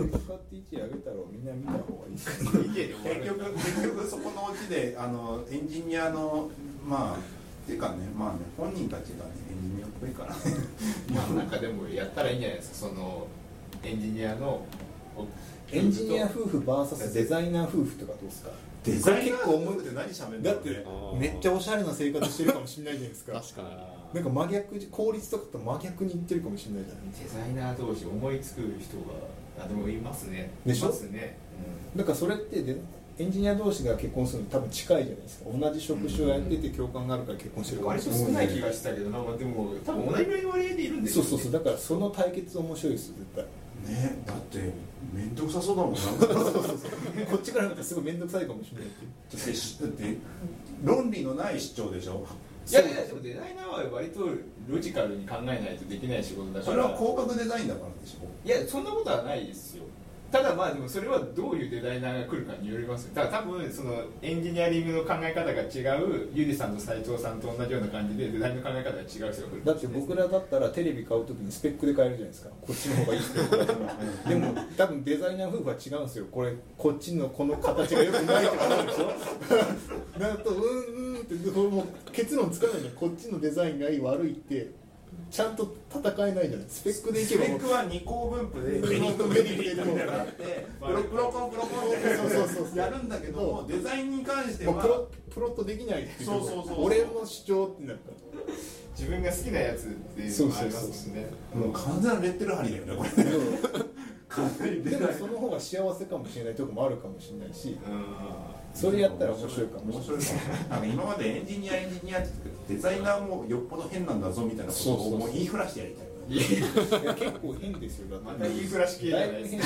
[SPEAKER 5] んかつ1あげたらみんな見た方がいいっすよ
[SPEAKER 1] 結局結局そこのうちであのエンジニアのまあっていうかねまあね本人たちがねエンジニアっぽいからね
[SPEAKER 4] まあなんかでもやったらいいんじゃないですかそのエンジニアの
[SPEAKER 5] エンジニア夫婦 VS デザイナー夫婦とかどうっすか
[SPEAKER 1] デザイン結構思うって何喋るんだ
[SPEAKER 5] だ
[SPEAKER 1] ろ
[SPEAKER 5] っ
[SPEAKER 1] うね
[SPEAKER 5] てめっちゃおしゃれな生活してるかもしれないじゃないですか
[SPEAKER 2] 確かに
[SPEAKER 5] なんか真逆効率とかと真逆に言ってるかもしれないじゃない
[SPEAKER 4] デザイナー同士思いつく人があでもいますね
[SPEAKER 5] でしょ
[SPEAKER 4] いますね、
[SPEAKER 5] だからそれってでエンジニア同士が結婚するの多分近いじゃないですか同じ職種をやってて共感があるから結婚して
[SPEAKER 4] う
[SPEAKER 5] る
[SPEAKER 4] ん、
[SPEAKER 5] かも
[SPEAKER 4] 割
[SPEAKER 5] し
[SPEAKER 4] と少
[SPEAKER 5] れない
[SPEAKER 4] ない気がしたけどなんかでも多分同じぐらいの割合でいるんです
[SPEAKER 5] そ
[SPEAKER 4] よ、
[SPEAKER 5] う
[SPEAKER 4] ね、
[SPEAKER 5] そうそうだからその対決面白いですよ絶対
[SPEAKER 1] ねだって面倒くさそうだもんな
[SPEAKER 5] こっちから見たらすごい面倒くさいかもしれないっていう
[SPEAKER 1] だってしだって論理のない主張でしょ
[SPEAKER 4] いやいやでもデザイナーは割とロジカルに考えないとできない仕事だから
[SPEAKER 1] それは広角デザインだからでしょ
[SPEAKER 4] いやそんなことはないですよただまあでもそれはどういうデザイナーが来るかによりますよだから多分そのエンジニアリングの考え方が違うゆりさんと斉藤さんと同じような感じでデザインの考え方が違う人が来る
[SPEAKER 5] だって僕らだったらテレビ買うときにスペックで買えるじゃないですかこっちの方がいいってことだからでも多分デザイナー夫婦は違うんですよこれこっちのこの形がよくないとかなるでしょなるとうんうんってこれもう結論つかないじゃんこっちのデザインがいい悪いってちゃんと戦えないじゃないスペックでいけ
[SPEAKER 1] ス
[SPEAKER 5] ば
[SPEAKER 1] ペックは二項分布でメリットメリットみたいなのがあってブロブロコンブロコンって
[SPEAKER 5] そうそうそうそう
[SPEAKER 1] やるんだけどもデザインに関して
[SPEAKER 5] もうプ
[SPEAKER 1] は
[SPEAKER 5] ロプロットできないっていうとこ
[SPEAKER 1] そうそうそう
[SPEAKER 5] 俺の主張ってなった
[SPEAKER 4] 自分が好きなやつっていうのもありますしね
[SPEAKER 1] もう完全なレッテル貼りだよねこれ完全にデザ
[SPEAKER 5] で
[SPEAKER 1] イン
[SPEAKER 5] もその方が幸せかもしれないとこもあるかもしれないし
[SPEAKER 4] うん
[SPEAKER 5] それやったら面白いかもしれ
[SPEAKER 1] 面
[SPEAKER 5] ない
[SPEAKER 1] 白いかもなんか今までエンジニアエンジニアって言ってデザイナーもよっぽど変なんだぞみたいなこと
[SPEAKER 5] そうそう
[SPEAKER 1] を
[SPEAKER 5] そう
[SPEAKER 1] もう言いふらしてやりたいよね
[SPEAKER 4] いや
[SPEAKER 5] いや結構変ですよだ
[SPEAKER 4] ま
[SPEAKER 5] って
[SPEAKER 4] た言いふらし系じゃない
[SPEAKER 5] だいぶ
[SPEAKER 4] です
[SPEAKER 5] 変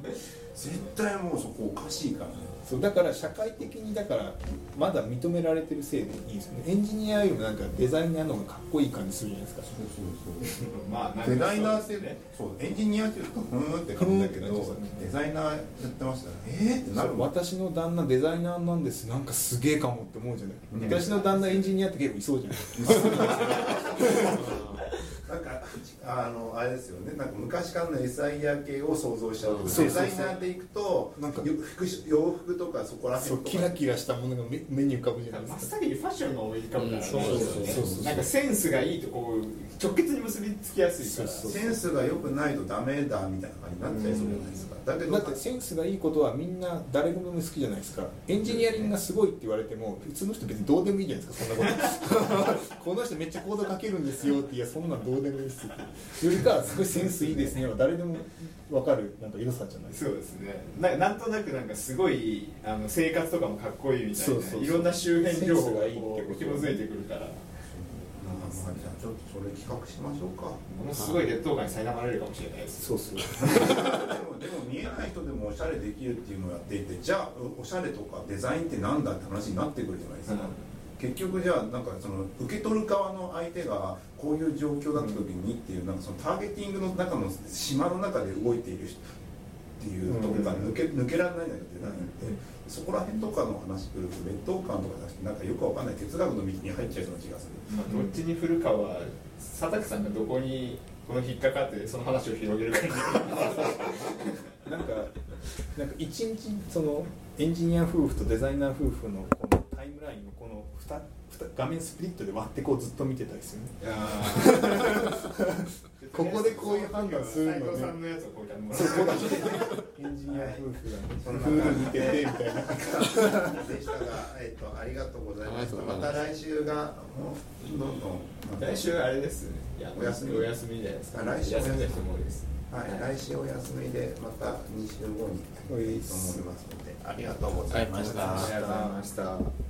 [SPEAKER 4] か
[SPEAKER 5] です
[SPEAKER 1] 絶対もうそこおかしいからね
[SPEAKER 5] そうだから社会的にだからまだ認められてるせいでいいですよねエンジニアよりもなんかデザイナーの方がかっこいい感じするじゃないですか
[SPEAKER 1] そうそうそ
[SPEAKER 4] まあなんか
[SPEAKER 1] デザイナー性ねそうエンジニアって言うとふーんって感じだけど
[SPEAKER 5] ふーんって感じ
[SPEAKER 1] デザイナーやってましたねえー、ってなるもん
[SPEAKER 5] 私の旦那デザイナーなんですなんかすげえかもって思うじゃない、
[SPEAKER 1] うん
[SPEAKER 5] 私の旦那エンジニアって結構いそうじゃない
[SPEAKER 1] なんかあのあれですよねなんか昔からの SIR 系を想像しちゃう
[SPEAKER 5] そう
[SPEAKER 1] デ
[SPEAKER 5] そうそう
[SPEAKER 1] ザイナーでいくと
[SPEAKER 5] なんか
[SPEAKER 1] よ服洋服とかそこら
[SPEAKER 5] そう
[SPEAKER 1] 辺と
[SPEAKER 5] キ
[SPEAKER 1] か
[SPEAKER 5] ラキラしたものが目目に浮かぶじゃないで
[SPEAKER 4] 真っ
[SPEAKER 5] すか
[SPEAKER 4] 先にファッションが多いかもからね
[SPEAKER 2] うんそうそう
[SPEAKER 5] そうそうそう
[SPEAKER 4] なんかセンスがいいとこう直結に結びつきやすいから
[SPEAKER 5] そうそう
[SPEAKER 1] センスが良くないとダメだみたいな感じになっちゃいそうじゃないですかだけど
[SPEAKER 5] だってセンスがいいことはみんな誰でも好きじゃないですかエンジニアリングがすごいって言われても普通の人別にどうでもいいじゃないですかそんなこと この人めっちゃコード書けるんですよっていやそんなんどうでもいいっすってよりかすごいセンスいいですねは誰でも分かるなんか良さじゃないですか
[SPEAKER 4] そうですねななんとなくなんかすごいあの生活とかもかっこいいみたいな
[SPEAKER 5] そうそうそう
[SPEAKER 4] いろんな周辺情報が
[SPEAKER 5] センスがいいって
[SPEAKER 4] こ
[SPEAKER 5] こ
[SPEAKER 4] うひ
[SPEAKER 5] と
[SPEAKER 4] もづいてくるから
[SPEAKER 1] まあまあじゃあちょっとそれ企画しましょうか
[SPEAKER 4] ものすごい劣等感に苛まれるかもしれないです
[SPEAKER 5] そうそう
[SPEAKER 1] でもでも見えない人でもおしゃれできるっていうのをやっていてじゃあおおしゃれとかデザインってなんだって話になってくるじゃないですか、結局じゃあなんかその受け取る側の相手がこういう状況だった時にっていうなんかそのターゲティングの中の島の中で動いている人っていうところが抜け,、抜けられないのよデザインって、そこら辺とかの話くると劣等感とかじゃなくてなんかよくわかんない哲学の道に入っちゃいそうな気がする
[SPEAKER 4] まあ、どっちに振るかは佐竹さんがどこにこの引っかかってその話を広げるか に
[SPEAKER 5] なんかなんか一日そのエンジニア夫婦とデザイナー夫婦のこのタイムラインをこの 2, 画面スプリットで割ってこうずっと見てたりするねここでこういう判断するのね
[SPEAKER 4] 斉藤さんのやつをこうやってもらう
[SPEAKER 5] そうこエンジニア夫婦が夫婦見ててみたいな
[SPEAKER 1] でしたが、えっと、ありがとうございました。
[SPEAKER 2] あり
[SPEAKER 1] ま
[SPEAKER 2] がとうござ
[SPEAKER 1] た
[SPEAKER 2] いま
[SPEAKER 1] 来週が、もうどんどん。
[SPEAKER 4] 来週あれですいや
[SPEAKER 1] お休み
[SPEAKER 4] お休みじゃないですか
[SPEAKER 1] あ来週お休
[SPEAKER 4] 休
[SPEAKER 1] み
[SPEAKER 4] みの人も多いです
[SPEAKER 1] はい、来週お休みで、また2週後に。と思いますので、ありがとうございまし
[SPEAKER 2] ありがとうご
[SPEAKER 1] た
[SPEAKER 2] ざいまし
[SPEAKER 4] あ。りがとうございました